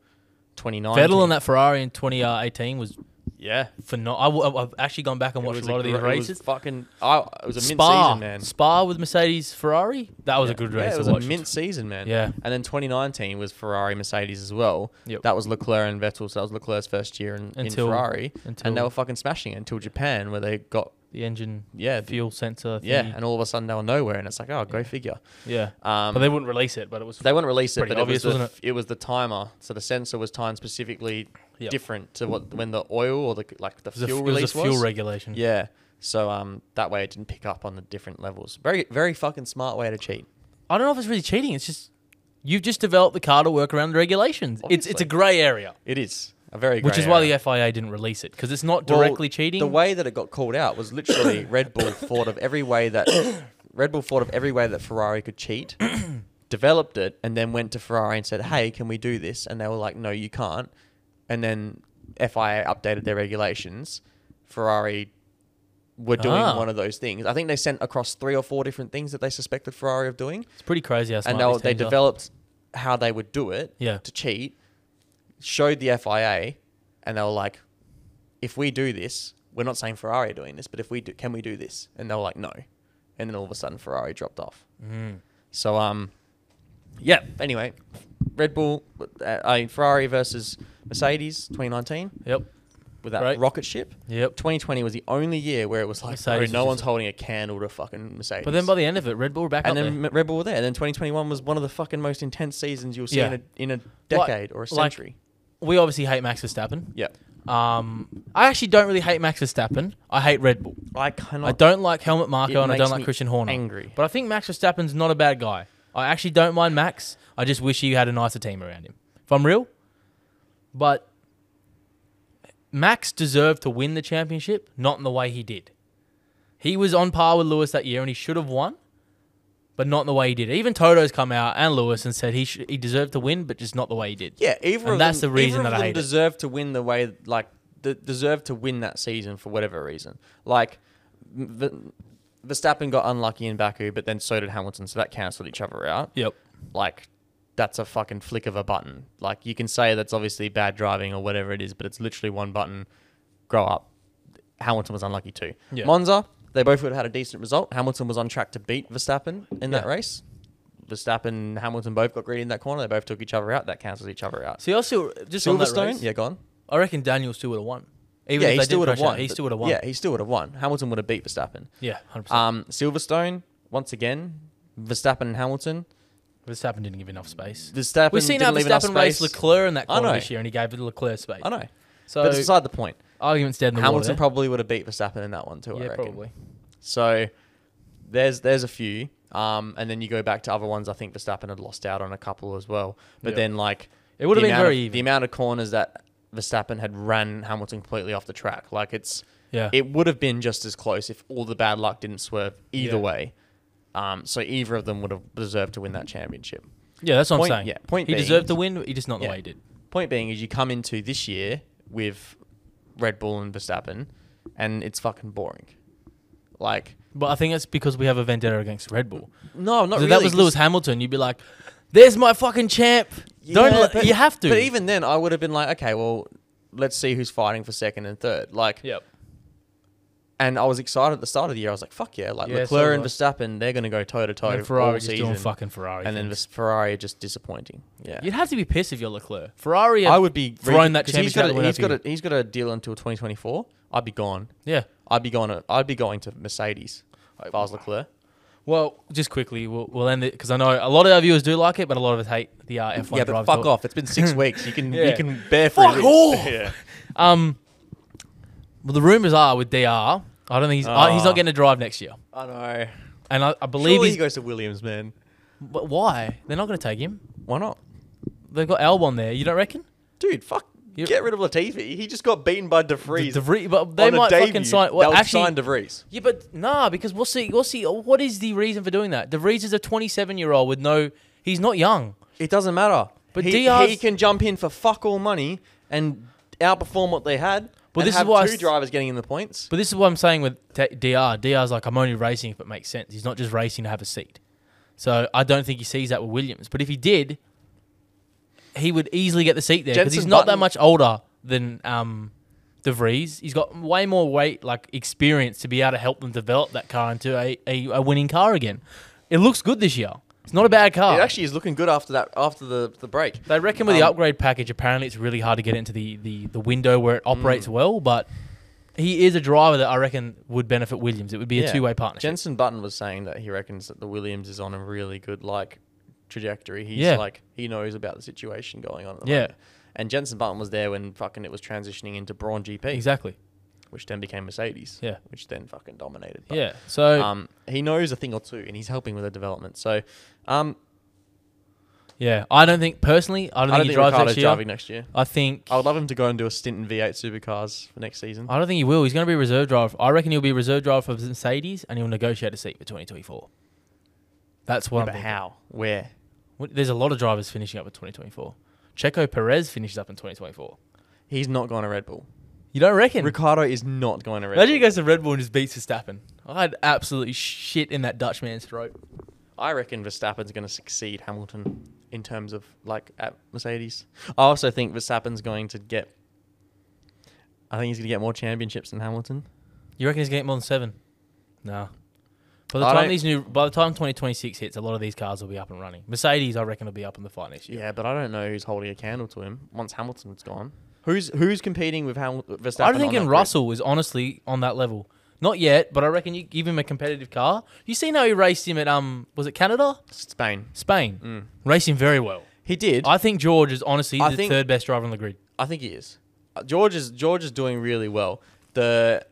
[SPEAKER 1] 2019.
[SPEAKER 2] Vettel on that Ferrari in 2018 was
[SPEAKER 1] Yeah.
[SPEAKER 2] phenomenal. I w- I've actually gone back and
[SPEAKER 1] It
[SPEAKER 2] watched
[SPEAKER 1] was
[SPEAKER 2] a lot of these
[SPEAKER 1] gr- it was
[SPEAKER 2] races.
[SPEAKER 1] fucking, I, it was a
[SPEAKER 2] Spa,
[SPEAKER 1] mint season, man.
[SPEAKER 2] Spa with Mercedes Ferrari. That was a
[SPEAKER 1] Yeah.
[SPEAKER 2] good
[SPEAKER 1] Yeah,
[SPEAKER 2] race.
[SPEAKER 1] it
[SPEAKER 2] to
[SPEAKER 1] was
[SPEAKER 2] watch.
[SPEAKER 1] a mint season, man.
[SPEAKER 2] Yeah.
[SPEAKER 1] And then 2019 was Ferrari Mercedes as well.
[SPEAKER 2] Yep.
[SPEAKER 1] That was Leclerc and Vettel. So that was Leclerc's first year in,
[SPEAKER 2] Until-
[SPEAKER 1] in Ferrari.
[SPEAKER 2] Until
[SPEAKER 1] And they were fucking smashing it until Japan, where they got,
[SPEAKER 2] the engine
[SPEAKER 1] yeah, th-
[SPEAKER 2] fuel sensor.
[SPEAKER 1] yeah.
[SPEAKER 2] thingy.
[SPEAKER 1] And all of a sudden they were nowhere. And it's like, oh, go figure.
[SPEAKER 2] Mm. yeah.
[SPEAKER 1] Um,
[SPEAKER 2] but they wouldn't release it. But it was
[SPEAKER 1] they wouldn't release it,
[SPEAKER 2] pretty
[SPEAKER 1] but
[SPEAKER 2] obvious,
[SPEAKER 1] it, was the,
[SPEAKER 2] wasn't
[SPEAKER 1] f- it was the timer. So the sensor was timed specifically
[SPEAKER 2] Yep.
[SPEAKER 1] different to what when the oil or the like the
[SPEAKER 2] it was a,
[SPEAKER 1] fuel
[SPEAKER 2] f- it was a
[SPEAKER 1] release was.
[SPEAKER 2] fuel regulation.
[SPEAKER 1] yeah. So um, that way it didn't pick up on the different levels. Very very fucking smart way to cheat.
[SPEAKER 2] I don't know if it's really cheating. It's just you've just developed the car to work around the regulations. It's it's a
[SPEAKER 1] Obviously.
[SPEAKER 2] grey area.
[SPEAKER 1] It is. A very
[SPEAKER 2] which
[SPEAKER 1] grey
[SPEAKER 2] is why
[SPEAKER 1] area.
[SPEAKER 2] the FIA didn't release it because it's not
[SPEAKER 1] Well,
[SPEAKER 2] directly cheating.
[SPEAKER 1] The way that it got called out was
[SPEAKER 2] [coughs]
[SPEAKER 1] literally Red Bull thought of every way that [coughs] Red Bull thought of every way that Ferrari could
[SPEAKER 2] [coughs]
[SPEAKER 1] cheat, developed it, and then went to Ferrari and said, "Hey, can we do this?" And they were like, "No, you can't." And then FIA updated their regulations. Ferrari were doing
[SPEAKER 2] Ah.
[SPEAKER 1] one of those things. I think they sent across three or four different things that they suspected Ferrari of doing,
[SPEAKER 2] it's pretty crazy how smart
[SPEAKER 1] and they, were-
[SPEAKER 2] these
[SPEAKER 1] they
[SPEAKER 2] teams are.
[SPEAKER 1] developed how they would do it
[SPEAKER 2] Yeah,
[SPEAKER 1] to cheat, showed the FIA, and they were like, "If we do this, we're not saying Ferrari are doing this, but if we do, can we do this?" And they were like, "No," and then all of a sudden Ferrari dropped off.
[SPEAKER 2] mm.
[SPEAKER 1] So um, yeah. Anyway, Red Bull, uh, I mean Ferrari versus Mercedes, 2019
[SPEAKER 2] yep,
[SPEAKER 1] with that
[SPEAKER 2] Right.
[SPEAKER 1] rocket ship.
[SPEAKER 2] yep.
[SPEAKER 1] 2020 was the only year where it was like, bro,
[SPEAKER 2] Mercedes was
[SPEAKER 1] no
[SPEAKER 2] just-
[SPEAKER 1] one's holding a candle to fucking Mercedes.
[SPEAKER 2] But then by the end of it, Red Bull were back
[SPEAKER 1] and
[SPEAKER 2] up
[SPEAKER 1] then Red Bull were there. And then 2021 was one of the fucking most intense seasons you'll see
[SPEAKER 2] Yeah.
[SPEAKER 1] in, a, in a
[SPEAKER 2] Like-
[SPEAKER 1] decade or a
[SPEAKER 2] like-
[SPEAKER 1] century.
[SPEAKER 2] there. We obviously hate Max Verstappen.
[SPEAKER 1] Yeah.
[SPEAKER 2] Um, I actually don't really hate Max Verstappen. I hate Red Bull.
[SPEAKER 1] I cannot.
[SPEAKER 2] I don't like Helmut Marko and I
[SPEAKER 1] makes
[SPEAKER 2] don't like
[SPEAKER 1] me
[SPEAKER 2] Christian Horner.
[SPEAKER 1] angry.
[SPEAKER 2] But I think Max Verstappen's not a bad guy. I actually don't mind Max. I just wish he had a nicer team around him. If I'm real, but Max deserved to win the championship, not in the way he did. He was on par with Lewis that year, and he should have won, but not in the way he did. Even Toto's come out and Lewis and said he sh- he deserved to win, but just not the way he did.
[SPEAKER 1] Yeah, either
[SPEAKER 2] And
[SPEAKER 1] of
[SPEAKER 2] that's
[SPEAKER 1] them,
[SPEAKER 2] the reason
[SPEAKER 1] either of
[SPEAKER 2] that I
[SPEAKER 1] them
[SPEAKER 2] hate it.
[SPEAKER 1] deserve to win the way like de- deserve to win that season for whatever reason. Like M- V- Verstappen got unlucky in Baku, but then so did Hamilton, so that cancelled each other out.
[SPEAKER 2] Yep.
[SPEAKER 1] Like that's a fucking flick of a button. Like you can say that's obviously bad driving or whatever it is, but it's literally one button. Grow up. Hamilton was unlucky too.
[SPEAKER 2] Yeah.
[SPEAKER 1] Monza, they both would have had a decent result. Hamilton was on track to beat Verstappen in that
[SPEAKER 2] Yeah.
[SPEAKER 1] race. Verstappen and Hamilton both got greedy in that corner. They both took each other out. That cancels each other out.
[SPEAKER 2] See, I still just on that
[SPEAKER 1] Silverstone,
[SPEAKER 2] race,
[SPEAKER 1] yeah, gone.
[SPEAKER 2] I reckon Daniel still would have won. Even
[SPEAKER 1] yeah,
[SPEAKER 2] if
[SPEAKER 1] he
[SPEAKER 2] they
[SPEAKER 1] still
[SPEAKER 2] did
[SPEAKER 1] would have
[SPEAKER 2] crash out,
[SPEAKER 1] won.
[SPEAKER 2] He
[SPEAKER 1] but-
[SPEAKER 2] still would have won.
[SPEAKER 1] Yeah, he still would have won. Hamilton would have beat Verstappen.
[SPEAKER 2] yeah, hundred percent.
[SPEAKER 1] Um, Silverstone, once again, Verstappen and Hamilton.
[SPEAKER 2] Verstappen didn't give enough space.
[SPEAKER 1] Verstappen
[SPEAKER 2] We've seen how
[SPEAKER 1] didn't leave enough
[SPEAKER 2] Verstappen race
[SPEAKER 1] space.
[SPEAKER 2] Leclerc in that
[SPEAKER 1] I
[SPEAKER 2] corner
[SPEAKER 1] know.
[SPEAKER 2] this year, and he gave Leclerc space.
[SPEAKER 1] I know,
[SPEAKER 2] So
[SPEAKER 1] but it's beside the point.
[SPEAKER 2] arguments dead in the
[SPEAKER 1] Hamilton
[SPEAKER 2] water.
[SPEAKER 1] probably would have beat Verstappen in that one too.
[SPEAKER 2] there.
[SPEAKER 1] I
[SPEAKER 2] yeah,
[SPEAKER 1] reckon.
[SPEAKER 2] probably.
[SPEAKER 1] So there's there's a few. Um, and then you go back to other ones. I think Verstappen had lost out on a couple as well. But
[SPEAKER 2] Yeah.
[SPEAKER 1] then like
[SPEAKER 2] It would
[SPEAKER 1] the
[SPEAKER 2] have been
[SPEAKER 1] amount
[SPEAKER 2] very
[SPEAKER 1] of, The
[SPEAKER 2] even.
[SPEAKER 1] amount of corners that Verstappen had ran Hamilton completely off the track, like it's
[SPEAKER 2] Yeah,
[SPEAKER 1] it would have been just as close if all the bad luck didn't swerve either
[SPEAKER 2] Yeah.
[SPEAKER 1] way. Um, so either of them would have deserved to win that championship.
[SPEAKER 2] yeah, that's what
[SPEAKER 1] point,
[SPEAKER 2] I'm saying.
[SPEAKER 1] Yeah, point
[SPEAKER 2] he
[SPEAKER 1] being,
[SPEAKER 2] deserved to win, he just not the
[SPEAKER 1] Yeah.
[SPEAKER 2] way he did.
[SPEAKER 1] Point being is you come into this year with Red Bull and Verstappen, and it's fucking boring. Like
[SPEAKER 2] But I think that's because we have a vendetta against Red Bull.
[SPEAKER 1] no, not
[SPEAKER 2] if
[SPEAKER 1] really.
[SPEAKER 2] that was
[SPEAKER 1] 'cause-
[SPEAKER 2] Lewis Hamilton, you'd be like, "There's my fucking champ." Don't
[SPEAKER 1] Yeah,
[SPEAKER 2] let-
[SPEAKER 1] but-
[SPEAKER 2] you have to.
[SPEAKER 1] But even then, I would have been like, okay, well, let's see who's fighting for second and third. Like,
[SPEAKER 2] yep.
[SPEAKER 1] and I was excited at the start of the year. I was like, fuck yeah, like
[SPEAKER 2] Yeah, so
[SPEAKER 1] Leclerc and
[SPEAKER 2] was
[SPEAKER 1] Verstappen, they're gonna go toe to toe
[SPEAKER 2] And
[SPEAKER 1] all
[SPEAKER 2] Ferrari just
[SPEAKER 1] season.
[SPEAKER 2] doing fucking Ferrari.
[SPEAKER 1] and then
[SPEAKER 2] things.
[SPEAKER 1] Vers- Ferrari are just disappointing. Yeah.
[SPEAKER 2] you'd have to be pissed if you're Leclerc. Ferrari,
[SPEAKER 1] I would be re-
[SPEAKER 2] throwing that
[SPEAKER 1] 'cause he's
[SPEAKER 2] championship
[SPEAKER 1] got
[SPEAKER 2] out the
[SPEAKER 1] a,
[SPEAKER 2] window
[SPEAKER 1] he's
[SPEAKER 2] for
[SPEAKER 1] got
[SPEAKER 2] you.
[SPEAKER 1] a he's got a deal until 2024. I'd be gone.
[SPEAKER 2] yeah.
[SPEAKER 1] I'd be going. To, I'd be going to Mercedes if I was Leclerc.
[SPEAKER 2] Well, just quickly, we'll, we'll end it because I know a lot of our viewers do like it, but a lot of us hate the uh, F1
[SPEAKER 1] yeah, but
[SPEAKER 2] drive
[SPEAKER 1] fuck
[SPEAKER 2] talk.
[SPEAKER 1] off. It's been
[SPEAKER 2] [laughs]
[SPEAKER 1] six weeks. You can
[SPEAKER 2] Yeah.
[SPEAKER 1] you can bear for
[SPEAKER 2] Fuck
[SPEAKER 1] this.
[SPEAKER 2] off.
[SPEAKER 1] yeah.
[SPEAKER 2] [laughs] Um, well, the rumors are with Dr. I don't think he's uh, he's
[SPEAKER 1] Ah.
[SPEAKER 2] not going to drive next year,
[SPEAKER 1] I know.
[SPEAKER 2] and I, I believe
[SPEAKER 1] Surely he
[SPEAKER 2] he's.
[SPEAKER 1] goes to Williams, man.
[SPEAKER 2] but why? They're not going to take him.
[SPEAKER 1] Why not?
[SPEAKER 2] They've got Albon there. You don't reckon?
[SPEAKER 1] Dude, fuck.
[SPEAKER 2] You-
[SPEAKER 1] Get rid of Latifi. He just got beaten by De Vries.
[SPEAKER 2] De Vries, but they
[SPEAKER 1] on a
[SPEAKER 2] might
[SPEAKER 1] debut.
[SPEAKER 2] fucking sign. Well,
[SPEAKER 1] They'll
[SPEAKER 2] actually,
[SPEAKER 1] sign De Vries.
[SPEAKER 2] yeah, but nah, because we'll see. We'll see. What is the reason for doing that? De Vries is a 27 year old with no. He's not young.
[SPEAKER 1] It doesn't matter.
[SPEAKER 2] But
[SPEAKER 1] he,
[SPEAKER 2] DR's
[SPEAKER 1] he can jump in for fuck all money and outperform what they had.
[SPEAKER 2] Well,
[SPEAKER 1] and
[SPEAKER 2] this is
[SPEAKER 1] have
[SPEAKER 2] why I
[SPEAKER 1] two
[SPEAKER 2] s-
[SPEAKER 1] drivers getting in the points.
[SPEAKER 2] But this is what I'm saying with t- Dr. Dr's like I'm only racing if it makes sense. He's not just racing to have a seat. So I don't think he sees that with Williams. But if he did, he would easily get the seat there because he's
[SPEAKER 1] Jensen
[SPEAKER 2] not that
[SPEAKER 1] Button-
[SPEAKER 2] much older than um, De Vries. He's got way more weight, like experience, to be able to help them develop that car into a, a, a winning car again. It looks good this year. It's not a bad car.
[SPEAKER 1] It actually is looking good after that after the, the break.
[SPEAKER 2] They reckon with the
[SPEAKER 1] Um,
[SPEAKER 2] upgrade package, apparently it's really hard to get into the, the, the window where
[SPEAKER 1] Mm.
[SPEAKER 2] it operates well, but he is a driver that I reckon would benefit Williams. It would be a
[SPEAKER 1] Yeah.
[SPEAKER 2] two way partnership.
[SPEAKER 1] Jensen Button was saying that he reckons that the Williams is on a really good like trajectory. He's
[SPEAKER 2] Yeah.
[SPEAKER 1] like he knows about the situation going on at the
[SPEAKER 2] Yeah.
[SPEAKER 1] moment. And Jensen Button was there when fucking it was transitioning into Braun GP,
[SPEAKER 2] exactly.
[SPEAKER 1] which then became Mercedes.
[SPEAKER 2] Yeah.
[SPEAKER 1] Which then fucking dominated. But
[SPEAKER 2] Yeah. So
[SPEAKER 1] um, he knows a thing or two, and he's helping with the development. So, um,
[SPEAKER 2] Yeah, I don't think personally. I don't,
[SPEAKER 1] I
[SPEAKER 2] think he drives
[SPEAKER 1] Ricciardo's
[SPEAKER 2] next year.
[SPEAKER 1] driving next year.
[SPEAKER 2] I think
[SPEAKER 1] I would love him to go and do a stint in V8 supercars for next season.
[SPEAKER 2] I don't think he will. He's going to be reserve driver. I reckon he'll be reserve driver for Mercedes, and he'll negotiate a seat for 2024. That's what.
[SPEAKER 1] Yeah,
[SPEAKER 2] I'm
[SPEAKER 1] but
[SPEAKER 2] thinking.
[SPEAKER 1] how? Where?
[SPEAKER 2] What- There's a lot of drivers finishing up in 2024. Checo Perez finishes up in 2024.
[SPEAKER 1] He's not going to Red Bull.
[SPEAKER 2] You don't reckon?
[SPEAKER 1] Ricardo is not going to Red
[SPEAKER 2] Imagine
[SPEAKER 1] Bull.
[SPEAKER 2] he goes to Red Bull and just beats Verstappen. I'd absolutely shit in that Dutch man's throat.
[SPEAKER 1] I reckon Verstappen's going to succeed Hamilton in terms of like at Mercedes. I also think Verstappen's going to get. I think he's going to get more championships than Hamilton.
[SPEAKER 2] You reckon he's gonna get more than seven? No. By the
[SPEAKER 1] I
[SPEAKER 2] time
[SPEAKER 1] don't-
[SPEAKER 2] these new, by the time 2026 hits, a lot of these cars will be up and running. Mercedes, I reckon, will be up in the fight next year.
[SPEAKER 1] Yeah, but I don't know who's holding a candle to him once Hamilton's gone. Who's who's competing with Hamil- Verstappen?
[SPEAKER 2] I'm
[SPEAKER 1] on that
[SPEAKER 2] thinking
[SPEAKER 1] grid?
[SPEAKER 2] Russell is honestly on that level. Not yet, but I reckon you give him a competitive car. You seen how he raced him at um, was it Canada,
[SPEAKER 1] Spain.
[SPEAKER 2] Spain?
[SPEAKER 1] Mm.
[SPEAKER 2] Raced him very well.
[SPEAKER 1] He did. I,
[SPEAKER 2] I think George is honestly
[SPEAKER 1] I
[SPEAKER 2] the
[SPEAKER 1] think-
[SPEAKER 2] third best driver on the grid.
[SPEAKER 1] think he is. Uh, George is George is doing really well. The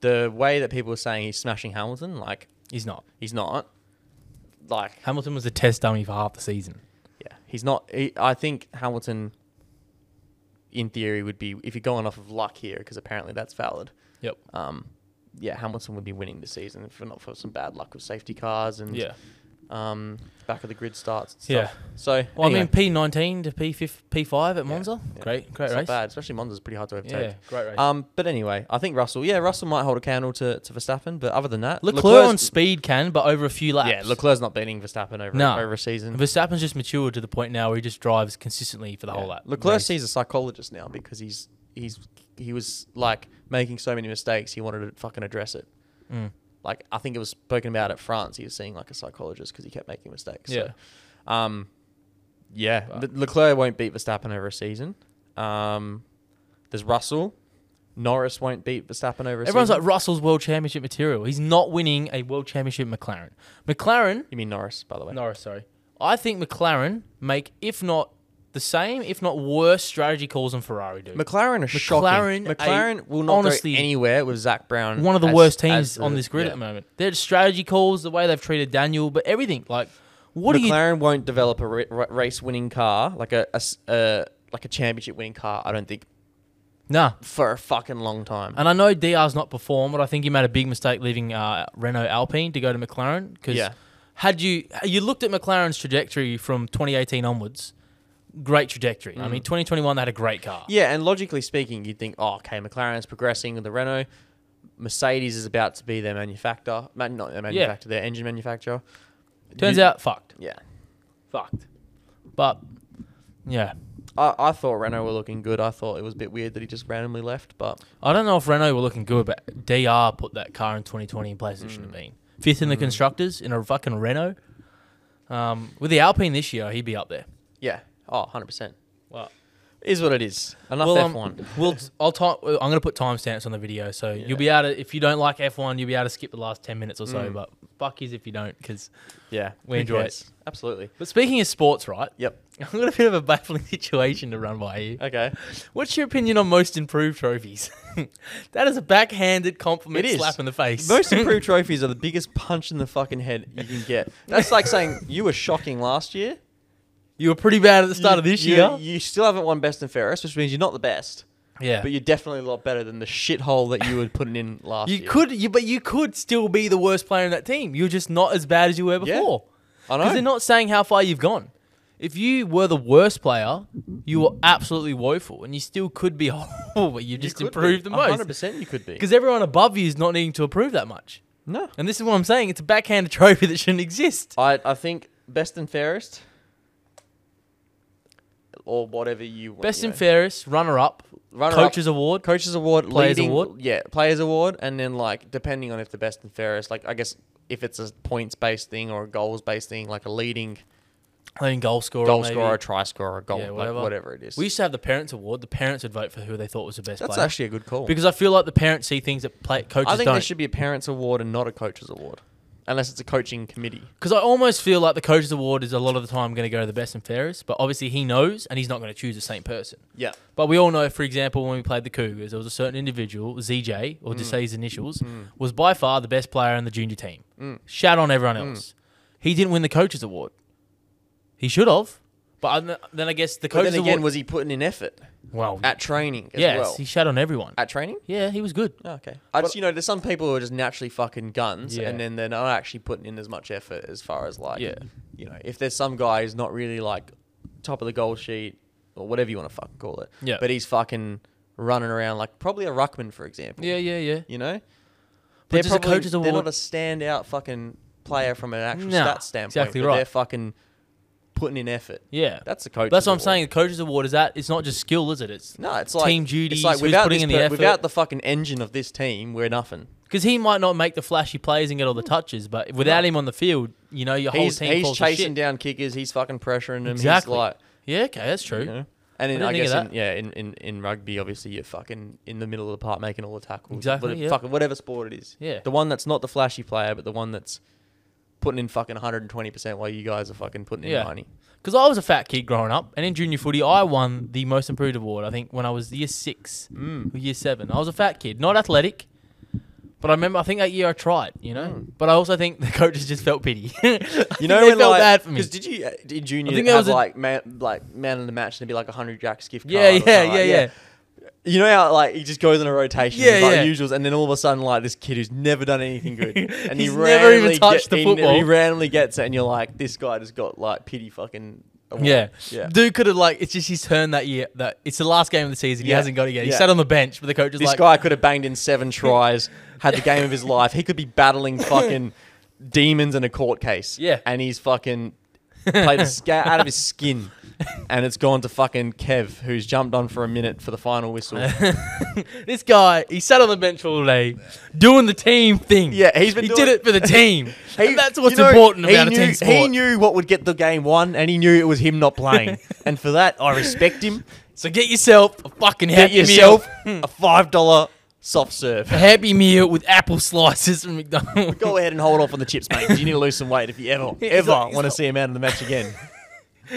[SPEAKER 1] the way that people are saying he's smashing Hamilton, like
[SPEAKER 2] He's not.
[SPEAKER 1] he's not. Like
[SPEAKER 2] Hamilton was a test dummy for half the season.
[SPEAKER 1] Yeah, he's not. He, I think Hamilton, in theory, would be if you're going off of luck here, because apparently that's valid.
[SPEAKER 2] Yep.
[SPEAKER 1] Um, yeah, Hamilton would be winning this season if not for some bad luck with safety cars and
[SPEAKER 2] Yeah.
[SPEAKER 1] um back of the grid starts. And
[SPEAKER 2] Yeah.
[SPEAKER 1] Mm. stuff. So
[SPEAKER 2] Well,
[SPEAKER 1] anyway,
[SPEAKER 2] I mean, P nineteen to P P five at
[SPEAKER 1] Yeah,
[SPEAKER 2] Monza.
[SPEAKER 1] yeah.
[SPEAKER 2] Great, great
[SPEAKER 1] it's
[SPEAKER 2] race.
[SPEAKER 1] not bad, especially Monza's pretty hard to
[SPEAKER 2] Yeah, Uh,
[SPEAKER 1] overtake.
[SPEAKER 2] great race.
[SPEAKER 1] Um, but anyway, I think Russell. Yeah, Russell might hold a candle to, to Verstappen, but other than that,
[SPEAKER 2] Leclerc, on
[SPEAKER 1] Leclerc's-
[SPEAKER 2] speed can, but over a few laps.
[SPEAKER 1] yeah, Leclerc's not beating Verstappen over
[SPEAKER 2] No.
[SPEAKER 1] over a season.
[SPEAKER 2] Verstappen's just matured to the point now where he just drives consistently for the whole
[SPEAKER 1] Yeah.
[SPEAKER 2] lap.
[SPEAKER 1] Leclerc
[SPEAKER 2] race.
[SPEAKER 1] sees a psychologist now because he's he's he was like making so many mistakes. He wanted to fucking address it.
[SPEAKER 2] Mm.
[SPEAKER 1] Like I think it was spoken about at France. He was seeing like a psychologist because he kept making mistakes.
[SPEAKER 2] Yeah.
[SPEAKER 1] So, um, yeah.
[SPEAKER 2] But-
[SPEAKER 1] But Leclerc won't beat Verstappen over a season. Um, there's Russell. Norris won't beat Verstappen over. A
[SPEAKER 2] Everyone's
[SPEAKER 1] season.
[SPEAKER 2] like Russell's world championship material. He's not winning a world championship McLaren. McLaren
[SPEAKER 1] you mean Norris, by the way?
[SPEAKER 2] Norris, sorry. I think McLaren make if not the same, if not worse strategy calls than Ferrari do.
[SPEAKER 1] McLaren are shocking.
[SPEAKER 2] McLaren are
[SPEAKER 1] McLaren will not
[SPEAKER 2] honestly
[SPEAKER 1] go anywhere with Zach Brown.
[SPEAKER 2] One of the
[SPEAKER 1] as-
[SPEAKER 2] worst
[SPEAKER 1] as
[SPEAKER 2] teams
[SPEAKER 1] the-
[SPEAKER 2] on this grid
[SPEAKER 1] yeah.
[SPEAKER 2] at the moment. Their strategy calls, the way they've treated Daniel, but everything. Like, what do you?
[SPEAKER 1] McLaren won't develop a race winning car like a, a s- uh, like a championship winning car. I don't think
[SPEAKER 2] Nah.
[SPEAKER 1] for a fucking long time.
[SPEAKER 2] And I know DR's not performed, but I think he made a big mistake leaving uh, Renault Alpine to go to McLaren. Because
[SPEAKER 1] Yeah.
[SPEAKER 2] had you you looked at McLaren's trajectory from 2018 onwards, great trajectory. I mean,
[SPEAKER 1] Mm.
[SPEAKER 2] 2021 they had a great car.
[SPEAKER 1] Yeah, and logically speaking, you'd think, oh, okay, McLaren's progressing with the Renault. Mercedes is about to be their manufacturer, man, not their manufacturer, their engine manufacturer.
[SPEAKER 2] Turns
[SPEAKER 1] You-
[SPEAKER 2] out, fucked,
[SPEAKER 1] yeah.
[SPEAKER 2] fucked. But yeah,
[SPEAKER 1] I, I thought Renault were looking good. I thought it was a bit weird that he just randomly left, but
[SPEAKER 2] I don't know if Renault were looking good, but DR put that car in 2020 in places it
[SPEAKER 1] Mm.
[SPEAKER 2] shouldn't have been. Fifth in the constructors in a fucking Renault. Um, with the Alpine this year, he'd be up there.
[SPEAKER 1] yeah, oh, 100%.
[SPEAKER 2] Wow.
[SPEAKER 1] Is what it is. Enough
[SPEAKER 2] Well, um,
[SPEAKER 1] F1.
[SPEAKER 2] We'll I'll ti I'm going to put timestamps on the video, so
[SPEAKER 1] Yeah.
[SPEAKER 2] you'll be able to. If you don't like F1, you'll be able to skip the last ten minutes or so.
[SPEAKER 1] Mm.
[SPEAKER 2] But fuck is if you don't, because.
[SPEAKER 1] yeah,
[SPEAKER 2] we
[SPEAKER 1] who
[SPEAKER 2] enjoy it.
[SPEAKER 1] cares? Absolutely.
[SPEAKER 2] But speaking of sports, right?
[SPEAKER 1] Yep.
[SPEAKER 2] [laughs] I've got a bit of a baffling [laughs] situation to run by you.
[SPEAKER 1] Okay.
[SPEAKER 2] What's your opinion on most improved trophies? [laughs] that is a backhanded compliment
[SPEAKER 1] It is.
[SPEAKER 2] slap in the face. [laughs]
[SPEAKER 1] Most improved trophies are the biggest punch in the fucking head you can get. That's like saying you were shocking last year.
[SPEAKER 2] you were pretty bad at the start
[SPEAKER 1] You-
[SPEAKER 2] of this
[SPEAKER 1] you-
[SPEAKER 2] year.
[SPEAKER 1] You still haven't won best and fairest, which means you're not the best,
[SPEAKER 2] yeah.
[SPEAKER 1] but you're definitely a lot better than the shithole that you were putting in last
[SPEAKER 2] you
[SPEAKER 1] year.
[SPEAKER 2] could, you, but you could still be the worst player in that team. You're just not as bad as you were
[SPEAKER 1] Yeah.
[SPEAKER 2] before.
[SPEAKER 1] I
[SPEAKER 2] Because
[SPEAKER 1] know.
[SPEAKER 2] they're not saying how far you've gone. If you were the worst player, you were absolutely woeful, and you still could be [laughs] horrible, but you
[SPEAKER 1] You
[SPEAKER 2] just
[SPEAKER 1] could
[SPEAKER 2] improved
[SPEAKER 1] be.
[SPEAKER 2] the most.
[SPEAKER 1] 100% you could be.
[SPEAKER 2] Because everyone above you is not needing to improve that much.
[SPEAKER 1] No.
[SPEAKER 2] And this is what I'm saying. It's a backhanded [laughs] trophy that shouldn't exist.
[SPEAKER 1] I, I think best and fairest or whatever you want.
[SPEAKER 2] Best
[SPEAKER 1] you
[SPEAKER 2] and
[SPEAKER 1] know.
[SPEAKER 2] fairest, runner-up,
[SPEAKER 1] Runner up,
[SPEAKER 2] coaches award.
[SPEAKER 1] Coaches award,
[SPEAKER 2] Players
[SPEAKER 1] leading-
[SPEAKER 2] award?
[SPEAKER 1] yeah, players award, and then like depending on if the best and fairest, like I guess if it's a points based thing or a goals based thing, like a leading
[SPEAKER 2] leading goal scorer.
[SPEAKER 1] goal
[SPEAKER 2] maybe.
[SPEAKER 1] scorer, try scorer, goal,
[SPEAKER 2] Yeah,
[SPEAKER 1] whatever.
[SPEAKER 2] whatever.
[SPEAKER 1] Like, whatever it is.
[SPEAKER 2] We used to have the parents award. The parents would vote for who they thought was the best
[SPEAKER 1] That's
[SPEAKER 2] player.
[SPEAKER 1] actually a good call.
[SPEAKER 2] because I feel like the parents see things that play, coaches
[SPEAKER 1] I think
[SPEAKER 2] don't.
[SPEAKER 1] there should be a parents award and not a coaches award, unless it's a coaching committee.
[SPEAKER 2] Because I almost feel like the coaches award is a lot of the time going to go to the best and fairest, but obviously he knows and he's not going to choose the same person.
[SPEAKER 1] Yeah.
[SPEAKER 2] But we all know, for example, when we played the Cougars, there was a certain individual, ZJ, or
[SPEAKER 1] Mm.
[SPEAKER 2] just say his initials, was by far the best player in the junior
[SPEAKER 1] Mm.
[SPEAKER 2] team. Shout on everyone else. He didn't win the coaches award. He should have. But I- then I guess the
[SPEAKER 1] But
[SPEAKER 2] coach
[SPEAKER 1] then again, was he putting in effort
[SPEAKER 2] well,
[SPEAKER 1] at training as
[SPEAKER 2] yes,
[SPEAKER 1] well?
[SPEAKER 2] he shat on everyone.
[SPEAKER 1] At training?
[SPEAKER 2] Yeah, he was good.
[SPEAKER 1] Oh, okay. I just, you know, there's some people who are just naturally fucking guns,
[SPEAKER 2] Yeah.
[SPEAKER 1] and then they're not actually putting in as much effort as far as like,
[SPEAKER 2] Yeah.
[SPEAKER 1] you know, if there's some guy who's not really like top of the goal sheet or whatever you want to fucking call it,
[SPEAKER 2] Yeah.
[SPEAKER 1] but he's fucking running around like probably a ruckman, for example.
[SPEAKER 2] Yeah, yeah, yeah.
[SPEAKER 1] You know,
[SPEAKER 2] But
[SPEAKER 1] they're
[SPEAKER 2] does a
[SPEAKER 1] probably
[SPEAKER 2] coach's
[SPEAKER 1] they're
[SPEAKER 2] award-
[SPEAKER 1] not a standout fucking player from an actual
[SPEAKER 2] Nah,
[SPEAKER 1] stats standpoint.
[SPEAKER 2] exactly
[SPEAKER 1] but
[SPEAKER 2] right.
[SPEAKER 1] They're fucking putting in effort.
[SPEAKER 2] Yeah.
[SPEAKER 1] That's the coach.
[SPEAKER 2] That's what I'm saying. The coaches award is that it's not just skill, is it? It's
[SPEAKER 1] No, it's like
[SPEAKER 2] Team
[SPEAKER 1] It's
[SPEAKER 2] duties,
[SPEAKER 1] like
[SPEAKER 2] who's
[SPEAKER 1] without
[SPEAKER 2] putting
[SPEAKER 1] this
[SPEAKER 2] in the
[SPEAKER 1] per-
[SPEAKER 2] effort.
[SPEAKER 1] without the fucking engine of this team, we're nothing.
[SPEAKER 2] because he might not make the flashy plays and get all the touches, but without him on the field, you know, your whole
[SPEAKER 1] Hmm. he's,
[SPEAKER 2] team
[SPEAKER 1] he's
[SPEAKER 2] falls to
[SPEAKER 1] chasing
[SPEAKER 2] shit.
[SPEAKER 1] down kickers. He's fucking pressuring them.
[SPEAKER 2] Exactly.
[SPEAKER 1] He's like,
[SPEAKER 2] Yeah, okay, that's true.
[SPEAKER 1] you know? And in,
[SPEAKER 2] didn't
[SPEAKER 1] I,
[SPEAKER 2] think of
[SPEAKER 1] guess, in,
[SPEAKER 2] that.
[SPEAKER 1] yeah, in, in, in rugby, obviously, you're fucking in the middle of the park making all the tackles.
[SPEAKER 2] Exactly,
[SPEAKER 1] What-
[SPEAKER 2] yeah.
[SPEAKER 1] Fucking whatever sport it is.
[SPEAKER 2] Yeah.
[SPEAKER 1] The one that's not the flashy player, but the one that's putting in fucking 120% while you guys are fucking putting in
[SPEAKER 2] Yeah.
[SPEAKER 1] 90.
[SPEAKER 2] Because I was a fat kid growing up, and in junior footy, I won the most improved award. I think when I was year six
[SPEAKER 1] Mm.
[SPEAKER 2] or year seven, I was a fat kid, not athletic. But I remember, I think that year I tried, you know.
[SPEAKER 1] Mm.
[SPEAKER 2] But I also think the coaches just felt pity.
[SPEAKER 1] [laughs]
[SPEAKER 2] [laughs]
[SPEAKER 1] You know,
[SPEAKER 2] they
[SPEAKER 1] when,
[SPEAKER 2] felt
[SPEAKER 1] like,
[SPEAKER 2] bad for me.
[SPEAKER 1] Because did you, uh, in junior,
[SPEAKER 2] think
[SPEAKER 1] think
[SPEAKER 2] that
[SPEAKER 1] have
[SPEAKER 2] was a-
[SPEAKER 1] like, man, like man of the match and it'd be like a 100 jacks gift
[SPEAKER 2] Yeah,
[SPEAKER 1] card? or
[SPEAKER 2] yeah,
[SPEAKER 1] something like-
[SPEAKER 2] yeah, yeah.
[SPEAKER 1] You know how like he just goes on a rotation,
[SPEAKER 2] Yeah,
[SPEAKER 1] yeah, like
[SPEAKER 2] yeah.
[SPEAKER 1] usuals, and then all of a sudden like this kid who's never done anything
[SPEAKER 2] [laughs]
[SPEAKER 1] good, and
[SPEAKER 2] He's
[SPEAKER 1] he
[SPEAKER 2] never
[SPEAKER 1] randomly
[SPEAKER 2] even touched
[SPEAKER 1] get-
[SPEAKER 2] the
[SPEAKER 1] he ne-
[SPEAKER 2] football.
[SPEAKER 1] He randomly gets it, and you're like, this guy just got like pity fucking. award.
[SPEAKER 2] Yeah.
[SPEAKER 1] yeah.
[SPEAKER 2] Dude could have like it's just his turn that year. That it's the last game of the season. He
[SPEAKER 1] Yeah.
[SPEAKER 2] hasn't got it yet. He
[SPEAKER 1] Yeah.
[SPEAKER 2] sat on the bench, but the coach is
[SPEAKER 1] This
[SPEAKER 2] like, [laughs]
[SPEAKER 1] guy could have banged in seven tries, had the game of his life. He could be
[SPEAKER 2] [laughs]
[SPEAKER 1] battling fucking demons in a court case.
[SPEAKER 2] Yeah.
[SPEAKER 1] and he's fucking played
[SPEAKER 2] [laughs]
[SPEAKER 1] a scat out of his skin, and it's gone to fucking Kev, who's jumped on for a minute for the final whistle.
[SPEAKER 2] [laughs] this guy, he sat on the bench all day, doing the team thing.
[SPEAKER 1] Yeah, he's been
[SPEAKER 2] he
[SPEAKER 1] doing
[SPEAKER 2] did
[SPEAKER 1] it- [laughs]
[SPEAKER 2] it for the team.
[SPEAKER 1] He-
[SPEAKER 2] and that's what's
[SPEAKER 1] you know,
[SPEAKER 2] important
[SPEAKER 1] he
[SPEAKER 2] about
[SPEAKER 1] knew,
[SPEAKER 2] a team sport.
[SPEAKER 1] He knew what would get the game won, and he knew it was him not [laughs] playing. and for that, I respect him.
[SPEAKER 2] So get yourself a fucking
[SPEAKER 1] Get
[SPEAKER 2] happy
[SPEAKER 1] yourself
[SPEAKER 2] meal.
[SPEAKER 1] a five dollar soft serve. [laughs]
[SPEAKER 2] A happy meal with apple slices from McDonald's.
[SPEAKER 1] Go ahead and hold off on the chips, mate. 'cause You need to lose some weight if you [laughs] ever,
[SPEAKER 2] He's
[SPEAKER 1] ever
[SPEAKER 2] like- he's
[SPEAKER 1] want to
[SPEAKER 2] like-
[SPEAKER 1] see him out of the match again.
[SPEAKER 2] [laughs]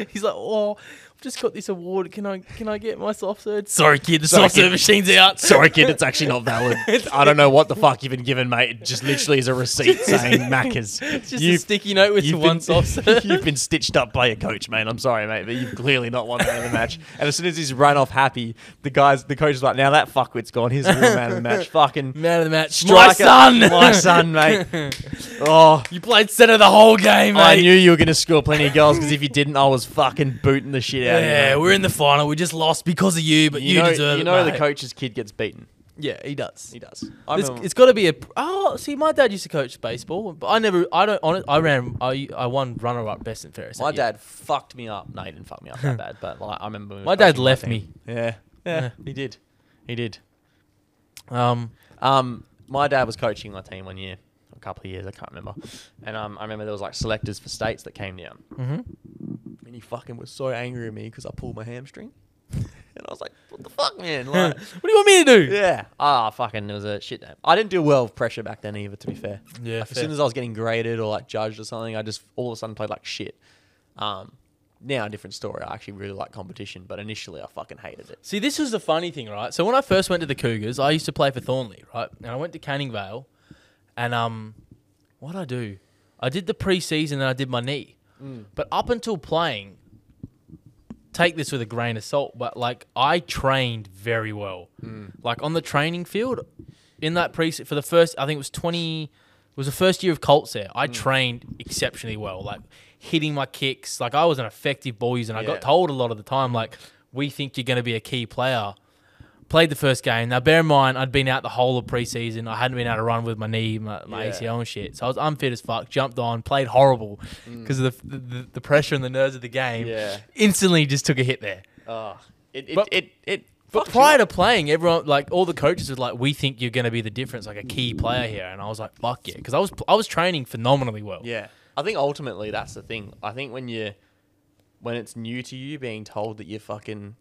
[SPEAKER 2] He's like, oh, I've just got this award. Can I can I get my soft serve? Sorry, kid, the
[SPEAKER 1] Sorry,
[SPEAKER 2] soft serve
[SPEAKER 1] kid.
[SPEAKER 2] machine's
[SPEAKER 1] [laughs] [laughs]
[SPEAKER 2] out.
[SPEAKER 1] Sorry, kid, [laughs] it's actually not valid. I don't know what the fuck you've been given, mate. It just literally is a receipt saying [laughs] Macca's.
[SPEAKER 2] It's just a sticky note [laughs] with
[SPEAKER 1] [laughs]
[SPEAKER 2] one soft serve. [laughs]
[SPEAKER 1] you've been stitched up by your coach, mate. I'm sorry, mate, but you've clearly not won man of the match. And as soon as he's run off happy, the guys, the coach is like, now that fuckwit's gone. He's the real man of the
[SPEAKER 2] [laughs]
[SPEAKER 1] match. Fucking
[SPEAKER 2] Man of the match. my
[SPEAKER 1] striker.
[SPEAKER 2] son.
[SPEAKER 1] [laughs] my son, mate. Oh,
[SPEAKER 2] [laughs] You played center the whole game, mate.
[SPEAKER 1] I knew you were gonna score plenty of goals because if you didn't, I was fucking booting the shit out
[SPEAKER 2] Yeah,
[SPEAKER 1] of you.
[SPEAKER 2] we're in the final. We just lost because of you, but you,
[SPEAKER 1] know,
[SPEAKER 2] deserve
[SPEAKER 1] you
[SPEAKER 2] it.
[SPEAKER 1] know the
[SPEAKER 2] mate.
[SPEAKER 1] coach's kid gets beaten.
[SPEAKER 2] Yeah, he does.
[SPEAKER 1] He does. I
[SPEAKER 2] It's,
[SPEAKER 1] remember-
[SPEAKER 2] it's got to be a. pr- Oh, see, my dad used to coach baseball, but I never. I don't. Honest, I ran. I I won runner up best and fairest.
[SPEAKER 1] My
[SPEAKER 2] that year.
[SPEAKER 1] dad fucked me up. No, he didn't fuck me up that bad, but like I remember. when we
[SPEAKER 2] My
[SPEAKER 1] were
[SPEAKER 2] dad
[SPEAKER 1] coaching
[SPEAKER 2] left
[SPEAKER 1] team.
[SPEAKER 2] me.
[SPEAKER 1] Yeah. yeah,
[SPEAKER 2] Yeah.
[SPEAKER 1] he did, he did.
[SPEAKER 2] Um.
[SPEAKER 1] Um, my dad was coaching my team one year, a couple of years, I can't remember, and um, I remember there was like selectors for states that came down,
[SPEAKER 2] mhm.
[SPEAKER 1] and he fucking was so angry at me because I pulled my hamstring, [laughs] and I was like, "What the fuck, man!"
[SPEAKER 2] [laughs]
[SPEAKER 1] Like,
[SPEAKER 2] what do you want me to do?
[SPEAKER 1] yeah, ah, fucking, it was a shit. Day. I didn't do well with pressure back then either. To be fair,
[SPEAKER 2] Yeah.
[SPEAKER 1] Like, as soon as I was getting graded or like judged or something, I just all of a sudden played like shit. Um, now a different story. I actually really like competition, but initially I fucking hated it.
[SPEAKER 2] See, this was the funny thing, right? So when I first went to the Cougars, I used to play for Thornley, right? And I went to Canning Vale, and um, what would I do? I did the preseason and I did my knee, but up until playing, take this with a grain of salt. But like, I trained very well, like on the training field, in that pre for the first, I think it was twenty. It was the first year of Colts there. I trained exceptionally well, like hitting my kicks. Like I was an effective ball user. And I
[SPEAKER 1] Yeah.
[SPEAKER 2] got told a lot of the time, like, we think you're going to be a key player played the first game. Now, bear in mind, I'd been out the whole of preseason. I hadn't been able to run with my knee, my, my
[SPEAKER 1] Yeah.
[SPEAKER 2] ACL and shit. So I was unfit as fuck. Jumped on, played horrible because of the, the the pressure and the nerves of the game.
[SPEAKER 1] Mm. Yeah.
[SPEAKER 2] Instantly, just took a hit there.
[SPEAKER 1] Uh, it, it,
[SPEAKER 2] Ah. But-
[SPEAKER 1] it, it,
[SPEAKER 2] But
[SPEAKER 1] fucks you
[SPEAKER 2] prior
[SPEAKER 1] up.
[SPEAKER 2] to playing, everyone like all the coaches were like, "We think you're going to be the difference, like a key player here." And I was like, "Fuck yeah," because I was I was training phenomenally well.
[SPEAKER 1] Yeah. I think ultimately that's the thing. I think when you when it's new to you being told that you're fucking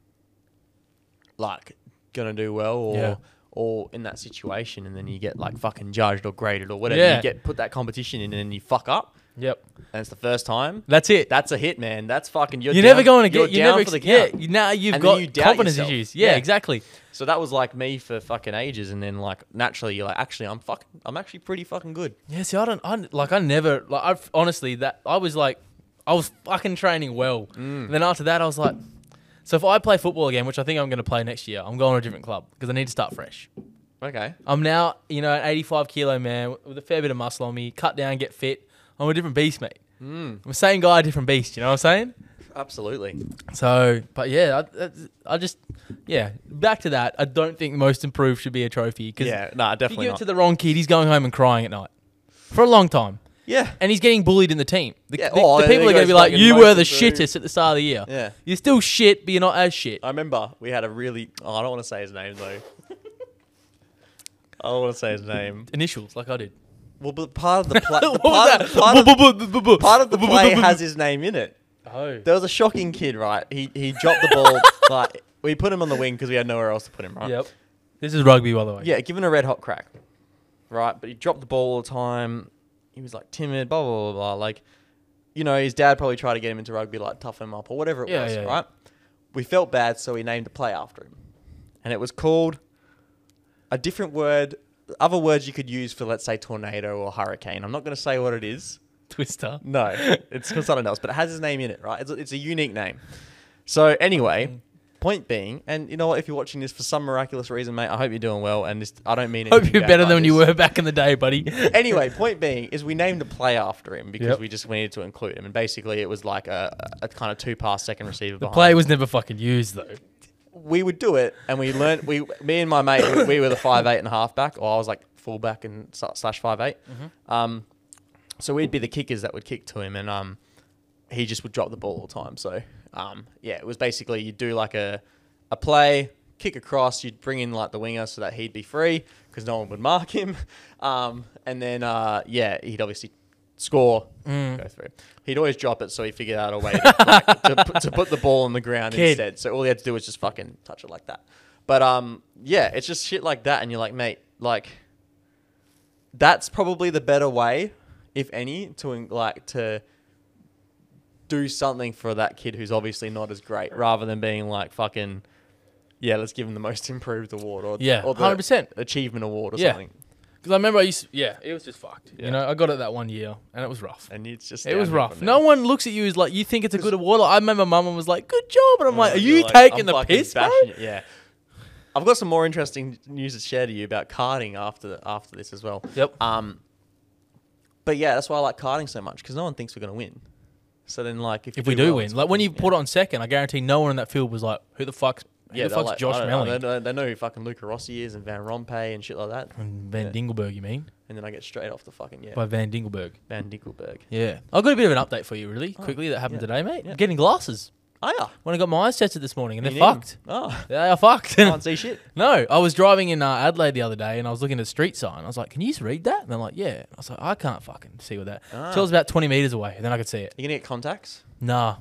[SPEAKER 1] like gonna do well or
[SPEAKER 2] Yeah.
[SPEAKER 1] or in that situation and then you get like fucking judged or graded or whatever.
[SPEAKER 2] Yeah.
[SPEAKER 1] You get put that competition in and then you fuck up
[SPEAKER 2] Yep,
[SPEAKER 1] and it's the first time.
[SPEAKER 2] that's it.
[SPEAKER 1] That's a hit, man. That's fucking you're,
[SPEAKER 2] you're never
[SPEAKER 1] down-
[SPEAKER 2] going to get. You're,
[SPEAKER 1] down
[SPEAKER 2] never
[SPEAKER 1] for the
[SPEAKER 2] ex-
[SPEAKER 1] count.
[SPEAKER 2] yeah. you- Now you've
[SPEAKER 1] And then
[SPEAKER 2] got
[SPEAKER 1] you doubt
[SPEAKER 2] confidence
[SPEAKER 1] yourself.
[SPEAKER 2] issues. Yeah,
[SPEAKER 1] Yeah.
[SPEAKER 2] exactly.
[SPEAKER 1] So that was like me for fucking ages and then like naturally you're like, actually I'm fucking I'm actually pretty fucking good.
[SPEAKER 2] Yeah, see, I don't, I, like, I never, like, I've honestly, that I was like, I was fucking training well.
[SPEAKER 1] Mm.
[SPEAKER 2] And then after that, I was like, so if I play football again, which I think I'm going to play next year, I'm going to a different club because I need to start fresh.
[SPEAKER 1] Okay.
[SPEAKER 2] I'm now, you know, an 85 kilo man with- with a fair bit of muscle on me, cut down, get fit. I'm a different beast, mate.
[SPEAKER 1] Mm.
[SPEAKER 2] I'm the same guy, different beast. You know what I'm saying?
[SPEAKER 1] Absolutely.
[SPEAKER 2] So, but yeah, I, that's- I just, yeah, back to that. I don't think most improved should be a trophy because
[SPEAKER 1] Yeah. Nah,
[SPEAKER 2] if you
[SPEAKER 1] definitely
[SPEAKER 2] give
[SPEAKER 1] not.
[SPEAKER 2] it to the wrong kid, he's going home and crying at night for a long time,
[SPEAKER 1] yeah.
[SPEAKER 2] and he's getting bullied in the team. The,
[SPEAKER 1] Yeah,
[SPEAKER 2] the-
[SPEAKER 1] oh,
[SPEAKER 2] the
[SPEAKER 1] there
[SPEAKER 2] people are
[SPEAKER 1] goes
[SPEAKER 2] going to be like,
[SPEAKER 1] fucking
[SPEAKER 2] "You were the
[SPEAKER 1] Mason through."
[SPEAKER 2] shittest at the start of the year.
[SPEAKER 1] Yeah.
[SPEAKER 2] You're still shit, but you're not as shit."
[SPEAKER 1] I remember we had a really. Oh, I don't want to say his name though. I don't want to say his name.
[SPEAKER 2] Initials, like [laughs] I did.
[SPEAKER 1] Well, but part of the
[SPEAKER 2] [laughs]
[SPEAKER 1] play.
[SPEAKER 2] What was
[SPEAKER 1] part,
[SPEAKER 2] that?
[SPEAKER 1] of- part of-
[SPEAKER 2] [laughs]
[SPEAKER 1] part of the play has
[SPEAKER 2] it.
[SPEAKER 1] his name in it.
[SPEAKER 2] Oh.
[SPEAKER 1] There was a shocking kid, right? He he dropped the
[SPEAKER 2] [laughs]
[SPEAKER 1] ball. like we put him on the wing because we had nowhere else to put him, right?
[SPEAKER 2] Yep. This is rugby, by the way.
[SPEAKER 1] Yeah, given a red hot crack, right? But he dropped the ball all the time. He was like timid, blah blah blah blah. Like, you know, his dad probably tried to get him into rugby, like tough him up or whatever it
[SPEAKER 2] Yeah,
[SPEAKER 1] was,
[SPEAKER 2] yeah, yeah.
[SPEAKER 1] right? We felt bad, so we named a play after him, and it was called a different word. Other words you could use for, let's say, tornado or hurricane. I'm not going to say what it is. [laughs]
[SPEAKER 2] Twister.
[SPEAKER 1] No, it's for something else, but it has his name in it, right? It's a, it's a unique name. So anyway, point being, and you know what? If you're watching this for some miraculous reason, mate, I hope you're doing well. And this, I don't mean.
[SPEAKER 2] Hope
[SPEAKER 1] anything
[SPEAKER 2] you're
[SPEAKER 1] bad
[SPEAKER 2] better
[SPEAKER 1] by
[SPEAKER 2] than you
[SPEAKER 1] this.
[SPEAKER 2] were back in the day, buddy. [laughs]
[SPEAKER 1] Anyway, point being is we named a play after him because
[SPEAKER 2] Yep.
[SPEAKER 1] we just we needed to include him, and basically it was like a, a kind of two pass second receiver.
[SPEAKER 2] the
[SPEAKER 1] behind
[SPEAKER 2] play was never fucking used though.
[SPEAKER 1] we would do it, and we learned. We, me and my mate, we- we were the five eight and a half back, or I was like fullback and s- slash five eight.
[SPEAKER 2] Mm-hmm.
[SPEAKER 1] Um, so we'd be the kickers that would kick to him, and um, he just would drop the ball all the time. So um, yeah, it was basically you do like a a play, kick across, you'd bring in like the winger so that he'd be free because no one would mark him, [laughs] um, and then uh, yeah, he'd obviously score. Go through. He'd always drop it, so he figured out a way to, like, [laughs] to, put- to put the ball on the ground
[SPEAKER 2] Kid.
[SPEAKER 1] instead instead. So all you had to do was just fucking touch it like that. But um, yeah, it's just shit like that, and you're like, mate, like, that's probably the better way, if any, to en- like to do something for that kid who's obviously not as great, rather than being like fucking, yeah, let's give him the most [laughs] improved award or
[SPEAKER 2] Yeah,
[SPEAKER 1] or the
[SPEAKER 2] 100%.
[SPEAKER 1] achievement award or
[SPEAKER 2] Yeah.
[SPEAKER 1] something.
[SPEAKER 2] Because I remember I used, to, yeah, it was just fucked.
[SPEAKER 1] Yeah.
[SPEAKER 2] You know, I got it that one year, and it was rough.
[SPEAKER 1] And it's just
[SPEAKER 2] It was
[SPEAKER 1] downhill
[SPEAKER 2] rough.
[SPEAKER 1] from
[SPEAKER 2] No
[SPEAKER 1] there.
[SPEAKER 2] one looks at you as like you think it's a good award. Like, I remember mum was like, "Good job," and I'm like, "Are
[SPEAKER 1] And
[SPEAKER 2] you
[SPEAKER 1] you're Oh like,
[SPEAKER 2] taking
[SPEAKER 1] I'm
[SPEAKER 2] the
[SPEAKER 1] fucking
[SPEAKER 2] piss, bro?"
[SPEAKER 1] bashing it, Yeah. I've got some more interesting news to share to you about karting after after this as well.
[SPEAKER 2] Yep.
[SPEAKER 1] Um, but yeah, that's why I like karting so much because no one thinks we're gonna win. So then, like, if, you
[SPEAKER 2] If we do
[SPEAKER 1] well,
[SPEAKER 2] win,
[SPEAKER 1] it's
[SPEAKER 2] like when
[SPEAKER 1] cool,
[SPEAKER 2] you
[SPEAKER 1] yeah.
[SPEAKER 2] put on second, I guarantee no one in that field was like, "Who the fuck's who
[SPEAKER 1] yeah,
[SPEAKER 2] the
[SPEAKER 1] they're
[SPEAKER 2] fuck's
[SPEAKER 1] like,
[SPEAKER 2] Josh
[SPEAKER 1] I don't know,
[SPEAKER 2] Melling?"
[SPEAKER 1] They know, they know who fucking Luca Rossi is and Van Rompuy and shit like that.
[SPEAKER 2] And Van
[SPEAKER 1] Yeah.
[SPEAKER 2] Dingelberg, you mean?
[SPEAKER 1] And then I get straight off the fucking yeah,
[SPEAKER 2] By Van Dingelberg.
[SPEAKER 1] Van Dinkelberg.
[SPEAKER 2] Yeah. I've got a bit of an update for you, really
[SPEAKER 1] Oh,
[SPEAKER 2] quickly, that happened
[SPEAKER 1] yeah.
[SPEAKER 2] today, mate.
[SPEAKER 1] Yeah.
[SPEAKER 2] I'm getting glasses.
[SPEAKER 1] Oh yeah,
[SPEAKER 2] When I got my eyes tested this morning, and
[SPEAKER 1] You
[SPEAKER 2] they're
[SPEAKER 1] need 'em.
[SPEAKER 2] fucked. [laughs]
[SPEAKER 1] Oh,
[SPEAKER 2] They are fucked.
[SPEAKER 1] can't see shit.
[SPEAKER 2] no, I was driving in uh, Adelaide the other day, and I was looking at a street sign. I was like, "Can you just read that?" And they're like, "Yeah." I was like, "I can't fucking see what that."
[SPEAKER 1] Ah.
[SPEAKER 2] Till it was about twenty meters away, and then I could see it.
[SPEAKER 1] You gonna get contacts?
[SPEAKER 2] Nah,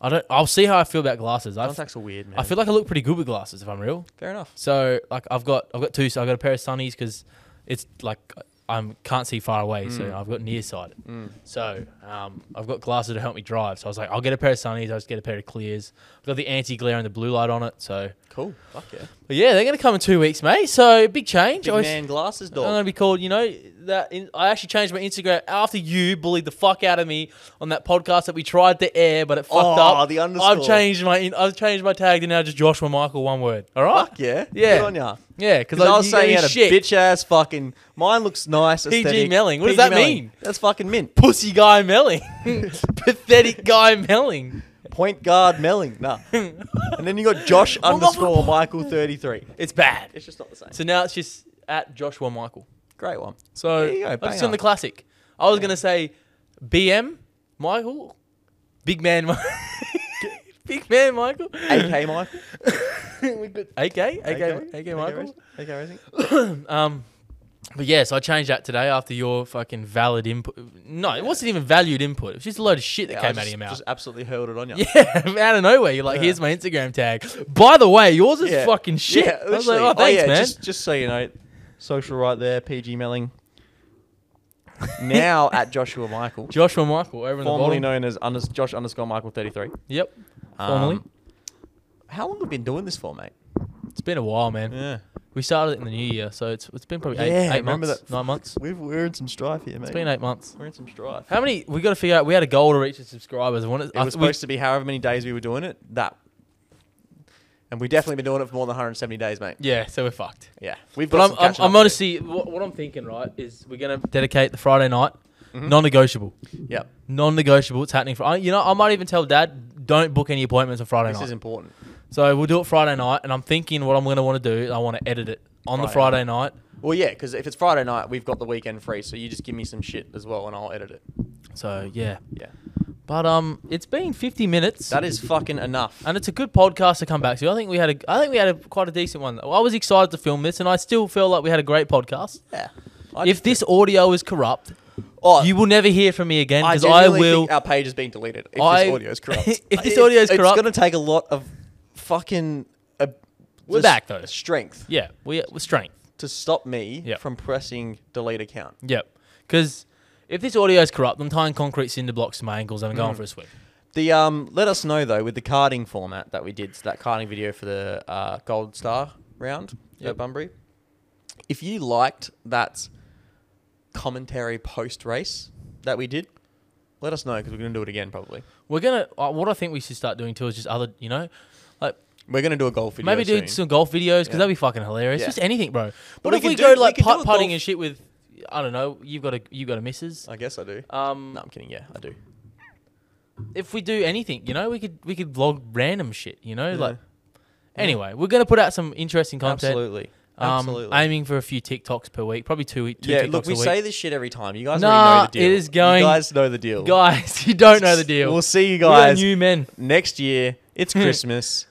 [SPEAKER 2] I don't. I'll see how I feel about glasses. I, f-
[SPEAKER 1] Contacts are weird, man.
[SPEAKER 2] I feel like I look pretty good with glasses, if I'm real.
[SPEAKER 1] fair enough.
[SPEAKER 2] So like I've got I've got two. So I've got a pair of sunnies because it's like I can't see far away. So
[SPEAKER 1] Mm.
[SPEAKER 2] I've got nearsighted.
[SPEAKER 1] Mm.
[SPEAKER 2] So um, I've got glasses to help me drive. So I was like, I'll get a pair of sunnies. I'll just get a pair of clears. I've got the anti glare and the blue light on it. So
[SPEAKER 1] Cool. Fuck yeah.
[SPEAKER 2] but yeah, they're gonna come in two weeks, mate. So big change.
[SPEAKER 1] Big
[SPEAKER 2] I was-
[SPEAKER 1] man glasses,
[SPEAKER 2] I'm
[SPEAKER 1] dog.
[SPEAKER 2] gonna be called, you know, that in, I actually changed my Instagram after you bullied the fuck out of me on that podcast that we tried to air, but it fucked
[SPEAKER 1] oh,
[SPEAKER 2] up.
[SPEAKER 1] the underscore.
[SPEAKER 2] I've changed my in- I've changed my tag to now just Joshua Michael one word. All right.
[SPEAKER 1] Fuck yeah.
[SPEAKER 2] Yeah.
[SPEAKER 1] Good on ya.
[SPEAKER 2] Yeah, because
[SPEAKER 1] Because I was saying he had a bitch ass fucking. Mine looks nice.
[SPEAKER 2] PG
[SPEAKER 1] aesthetic.
[SPEAKER 2] Melling. What does that mean?
[SPEAKER 1] That's fucking mint.
[SPEAKER 2] pussy
[SPEAKER 1] [laughs]
[SPEAKER 2] guy Melling, [laughs] pathetic guy Melling.
[SPEAKER 1] Point guard Melling. Nah.
[SPEAKER 2] [laughs]
[SPEAKER 1] and then you got Josh
[SPEAKER 2] Well, not for-
[SPEAKER 1] underscore Michael thirty three.
[SPEAKER 2] It's bad.
[SPEAKER 1] It's just not the same.
[SPEAKER 2] So now it's just at Joshua Michael.
[SPEAKER 1] Great one.
[SPEAKER 2] So
[SPEAKER 1] There you go,
[SPEAKER 2] I'm just
[SPEAKER 1] banger.
[SPEAKER 2] on the classic. I was
[SPEAKER 1] Yeah.
[SPEAKER 2] gonna say BM Michael, big man, Mi- [laughs] big man Michael,
[SPEAKER 1] AK Michael.
[SPEAKER 2] [laughs]
[SPEAKER 1] [laughs]
[SPEAKER 2] we could AK, AK, AK,
[SPEAKER 1] Racing?
[SPEAKER 2] Michael.
[SPEAKER 1] AK Racing.
[SPEAKER 2] Um, but yeah, so I changed that today after your fucking valid input. No, it wasn't even valued input. It was just a load of shit that
[SPEAKER 1] Yeah, I
[SPEAKER 2] came out
[SPEAKER 1] just-
[SPEAKER 2] of your mouth.
[SPEAKER 1] Just absolutely hurled it on
[SPEAKER 2] [laughs]
[SPEAKER 1] you.
[SPEAKER 2] Yeah, out of nowhere, you're like,
[SPEAKER 1] Yeah.
[SPEAKER 2] "Here's my Instagram tag." By the way, yours is
[SPEAKER 1] Yeah.
[SPEAKER 2] fucking shit.
[SPEAKER 1] Yeah,
[SPEAKER 2] I was like,
[SPEAKER 1] literally.
[SPEAKER 2] "Oh, thanks,
[SPEAKER 1] yeah,
[SPEAKER 2] man."
[SPEAKER 1] Just, just so you know, social right there. PG
[SPEAKER 2] [laughs]
[SPEAKER 1] Melling. [laughs] now at Joshua Michael,
[SPEAKER 2] Joshua Michael over in the
[SPEAKER 1] formerly
[SPEAKER 2] bottom.
[SPEAKER 1] known as unders Josh underscore Michael thirty three.
[SPEAKER 2] Yep, formerly.
[SPEAKER 1] Um, how long have we been doing this for, mate?
[SPEAKER 2] it's been a while, man.
[SPEAKER 1] Yeah.
[SPEAKER 2] We started it in the new year, so it's it's been probably
[SPEAKER 1] Yeah,
[SPEAKER 2] eight, eight
[SPEAKER 1] remember
[SPEAKER 2] months, nine months.
[SPEAKER 1] We've, we're in some strife here, mate.
[SPEAKER 2] It's been eight months.
[SPEAKER 1] we're in some strife.
[SPEAKER 2] How many? We got to figure out. We had a goal to reach the subscribers. I wanted,
[SPEAKER 1] It
[SPEAKER 2] I-
[SPEAKER 1] was
[SPEAKER 2] we-
[SPEAKER 1] supposed to be however many days we were doing it. That. And we've definitely been doing it for more than 170 days, mate.
[SPEAKER 2] yeah, so we're fucked.
[SPEAKER 1] Yeah. We've
[SPEAKER 2] But
[SPEAKER 1] got
[SPEAKER 2] I'm,
[SPEAKER 1] some
[SPEAKER 2] I'm,
[SPEAKER 1] catching up
[SPEAKER 2] I'm
[SPEAKER 1] to do.
[SPEAKER 2] honestly, what, what I'm thinking, right, is we're going to dedicate the Friday night,
[SPEAKER 1] Mhm.
[SPEAKER 2] non-negotiable.
[SPEAKER 1] Yep.
[SPEAKER 2] Non-negotiable. It's happening. For, I, you know, I might even tell Dad, don't book any appointments on Friday
[SPEAKER 1] This
[SPEAKER 2] night.
[SPEAKER 1] is important.
[SPEAKER 2] So we'll do it Friday night, and I'm thinking what I'm going to want to do, is I want to edit it on the
[SPEAKER 1] Friday
[SPEAKER 2] Friday night.
[SPEAKER 1] Well, yeah, because if it's Friday night, we've got the weekend free, so you just give me some shit as well, and I'll edit it.
[SPEAKER 2] So yeah,
[SPEAKER 1] Yeah.
[SPEAKER 2] but um, it's been 50 minutes.
[SPEAKER 1] That is fucking enough.
[SPEAKER 2] and it's a good podcast to come back to. I think we had a, I think we had a quite a decent one. I was excited to film this, and I still feel like we had a great podcast.
[SPEAKER 1] yeah.
[SPEAKER 2] if this audio is corrupt,
[SPEAKER 1] oh,
[SPEAKER 2] you will never hear from me again
[SPEAKER 1] I,
[SPEAKER 2] because I,
[SPEAKER 1] genuinely
[SPEAKER 2] will.
[SPEAKER 1] think uh, our page is being deleted. If
[SPEAKER 2] I-
[SPEAKER 1] this audio is corrupt,
[SPEAKER 2] [laughs] If this audio is corrupt-
[SPEAKER 1] it's going to take a lot of fucking. Uh,
[SPEAKER 2] We're
[SPEAKER 1] just
[SPEAKER 2] back, though.
[SPEAKER 1] Strength
[SPEAKER 2] yeah, we we're strength.
[SPEAKER 1] to stop me
[SPEAKER 2] Yep.
[SPEAKER 1] from pressing delete account.
[SPEAKER 2] Yep, because if this audio is corrupt, I'm tying concrete cinder blocks to my ankles and I'm
[SPEAKER 1] Mm.
[SPEAKER 2] going for a swim.
[SPEAKER 1] The um, let us know though with the carding format that we did, so that carding video for the uh, gold star round
[SPEAKER 2] Yep.
[SPEAKER 1] at Bunbury. If you liked that commentary post race that we did, let us know because we're going to do it again probably.
[SPEAKER 2] We're gonna. Uh, what I think we should start doing too is just other, you know, like
[SPEAKER 1] We're going to do a golf video.
[SPEAKER 2] maybe do
[SPEAKER 1] soon.
[SPEAKER 2] some golf videos because
[SPEAKER 1] Yeah.
[SPEAKER 2] that'd be fucking hilarious.
[SPEAKER 1] Yeah.
[SPEAKER 2] Just anything, bro. What
[SPEAKER 1] we
[SPEAKER 2] if
[SPEAKER 1] could
[SPEAKER 2] we
[SPEAKER 1] do-
[SPEAKER 2] go
[SPEAKER 1] we
[SPEAKER 2] like
[SPEAKER 1] could do
[SPEAKER 2] putt
[SPEAKER 1] a
[SPEAKER 2] putting
[SPEAKER 1] golf-
[SPEAKER 2] and shit with? I don't know. You've got a you have got a missus.
[SPEAKER 1] I guess I do.
[SPEAKER 2] Um,
[SPEAKER 1] No, I'm kidding. Yeah, I do.
[SPEAKER 2] if we do anything, you know, we could we could vlog random shit, you know,
[SPEAKER 1] Yeah.
[SPEAKER 2] like. Anyway, we're gonna put out some interesting content.
[SPEAKER 1] Absolutely.
[SPEAKER 2] Um,
[SPEAKER 1] Absolutely.
[SPEAKER 2] Aiming for a few TikToks per week, probably two, two
[SPEAKER 1] yeah,
[SPEAKER 2] TikToks
[SPEAKER 1] look, we
[SPEAKER 2] a week.
[SPEAKER 1] say this shit every time. You guys
[SPEAKER 2] Nah,
[SPEAKER 1] already know the
[SPEAKER 2] it
[SPEAKER 1] deal.
[SPEAKER 2] is going-
[SPEAKER 1] You guys know the deal.
[SPEAKER 2] guys, [laughs] you don't know the deal.
[SPEAKER 1] We'll see you
[SPEAKER 2] We are
[SPEAKER 1] guys
[SPEAKER 2] new men.
[SPEAKER 1] next year.
[SPEAKER 2] [laughs]
[SPEAKER 1] It's Christmas.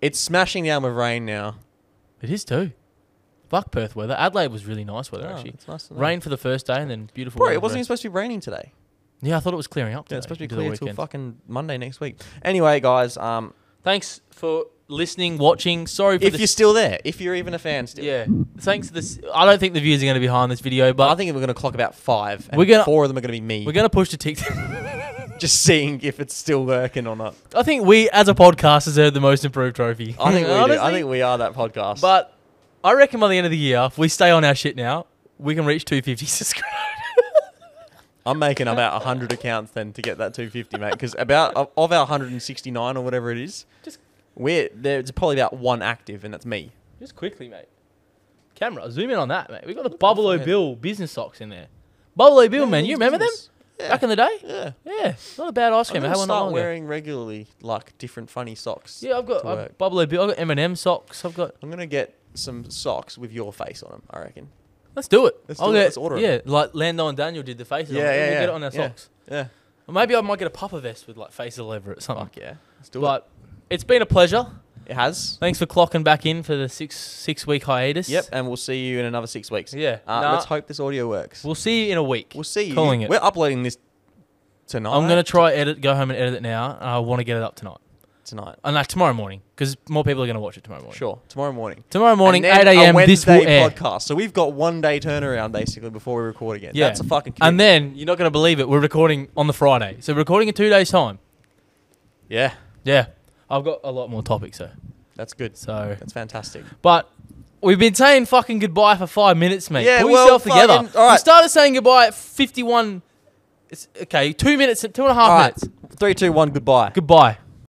[SPEAKER 1] it's smashing down with rain now.
[SPEAKER 2] It is too. Fuck Perth weather. Adelaide was really nice weather
[SPEAKER 1] Oh,
[SPEAKER 2] actually.
[SPEAKER 1] it's nice to know.
[SPEAKER 2] Rain for the first day and then beautiful.
[SPEAKER 1] Bro,
[SPEAKER 2] weather
[SPEAKER 1] it wasn't even
[SPEAKER 2] the
[SPEAKER 1] supposed
[SPEAKER 2] rest.
[SPEAKER 1] to be raining today.
[SPEAKER 2] yeah, I thought it was clearing up.
[SPEAKER 1] Yeah,
[SPEAKER 2] today
[SPEAKER 1] it's supposed to be
[SPEAKER 2] into the
[SPEAKER 1] clear till
[SPEAKER 2] weekend.
[SPEAKER 1] fucking Monday next week. Anyway, guys, um,
[SPEAKER 2] Thanks for listening, watching. Sorry for
[SPEAKER 1] if
[SPEAKER 2] the
[SPEAKER 1] you're still there, if you're even a fan still,
[SPEAKER 2] yeah. Thanks to this. I don't think the views are going to be high on this video, but
[SPEAKER 1] I think we're gonna clock about five, and
[SPEAKER 2] We're gonna-
[SPEAKER 1] four of them are gonna be me.
[SPEAKER 2] we're going to push to [laughs] TikTok.
[SPEAKER 1] [laughs] just seeing if it's still working or not.
[SPEAKER 2] I think we, as a podcast, deserve the most improved trophy.
[SPEAKER 1] I think we do. I
[SPEAKER 2] Honestly.
[SPEAKER 1] think we are that podcast.
[SPEAKER 2] But I reckon by the end of the year, if we stay on our shit now, we can reach 250 [laughs] subscribers.
[SPEAKER 1] I'm making about 100 accounts then to get that 250, mate. Because about of- of our 169 or whatever it is,
[SPEAKER 2] Just-
[SPEAKER 1] we're there's probably about one active, and that's me.
[SPEAKER 2] Just quickly, mate. Camera, zoom in on that, mate. We got the Bubble O
[SPEAKER 1] forehead.
[SPEAKER 2] Bill business socks in there. Bubble O Bill, man. You remember them
[SPEAKER 1] Yeah.
[SPEAKER 2] back in the day?
[SPEAKER 1] yeah.
[SPEAKER 2] Yeah, not a bad ice
[SPEAKER 1] I'm
[SPEAKER 2] cream. I
[SPEAKER 1] gonna
[SPEAKER 2] had one not
[SPEAKER 1] start
[SPEAKER 2] long ago.
[SPEAKER 1] wearing regularly like different funny socks.
[SPEAKER 2] Yeah, I've got
[SPEAKER 1] to
[SPEAKER 2] I've
[SPEAKER 1] work.
[SPEAKER 2] Bubble O Bill. I've got M&M socks. I've got.
[SPEAKER 1] I'm gonna get some socks with your face on them. I reckon.
[SPEAKER 2] Let's do it.
[SPEAKER 1] Let's
[SPEAKER 2] I'll
[SPEAKER 1] do it.
[SPEAKER 2] get,
[SPEAKER 1] Let's order 'em.
[SPEAKER 2] Yeah, like Lando and Daniel did the faces. on
[SPEAKER 1] Yeah,
[SPEAKER 2] it.
[SPEAKER 1] yeah,
[SPEAKER 2] We'll
[SPEAKER 1] yeah.
[SPEAKER 2] Get it on our
[SPEAKER 1] Yeah.
[SPEAKER 2] socks.
[SPEAKER 1] Yeah.
[SPEAKER 2] Or maybe I might get a puffer vest with like face all over it. Something.
[SPEAKER 1] Fuck yeah. Let's do
[SPEAKER 2] but it's been a pleasure.
[SPEAKER 1] it. It has.
[SPEAKER 2] Thanks for clocking back in for the six six week hiatus.
[SPEAKER 1] Yep. And we'll see you in another six weeks.
[SPEAKER 2] Yeah.
[SPEAKER 1] Uh,
[SPEAKER 2] nah,
[SPEAKER 1] Let's hope this audio works.
[SPEAKER 2] we'll see you in a week.
[SPEAKER 1] We'll see you.
[SPEAKER 2] calling it.
[SPEAKER 1] We're uploading this tonight.
[SPEAKER 2] I'm gonna try edit, go home and edit it now. And I want to get it up tonight,
[SPEAKER 1] tonight.
[SPEAKER 2] and like tomorrow morning, because more people are gonna watch it tomorrow morning.
[SPEAKER 1] Sure. Tomorrow morning.
[SPEAKER 2] Tomorrow morning,
[SPEAKER 1] And
[SPEAKER 2] 8
[SPEAKER 1] then a
[SPEAKER 2] a.m. This will
[SPEAKER 1] Wednesday
[SPEAKER 2] air,
[SPEAKER 1] podcast. So we've got one day turnaround basically before we record again.
[SPEAKER 2] Yeah.
[SPEAKER 1] That's a fucking.
[SPEAKER 2] and
[SPEAKER 1] commitment.
[SPEAKER 2] then you're not gonna believe it. We're recording on the Friday, so we're recording in two days' time.
[SPEAKER 1] yeah,
[SPEAKER 2] Yeah, I've got a lot more topics though.
[SPEAKER 1] that's good.
[SPEAKER 2] So,
[SPEAKER 1] That's fantastic.
[SPEAKER 2] but we've been saying fucking goodbye for five minutes, mate.
[SPEAKER 1] Yeah,
[SPEAKER 2] Pull
[SPEAKER 1] well,
[SPEAKER 2] yourself together.
[SPEAKER 1] fucking- all
[SPEAKER 2] We
[SPEAKER 1] right.
[SPEAKER 2] started saying goodbye at 51. It's okay, two minutes, two and a half
[SPEAKER 1] All right.
[SPEAKER 2] minutes.
[SPEAKER 1] Three, two, one. Goodbye.
[SPEAKER 2] Goodbye.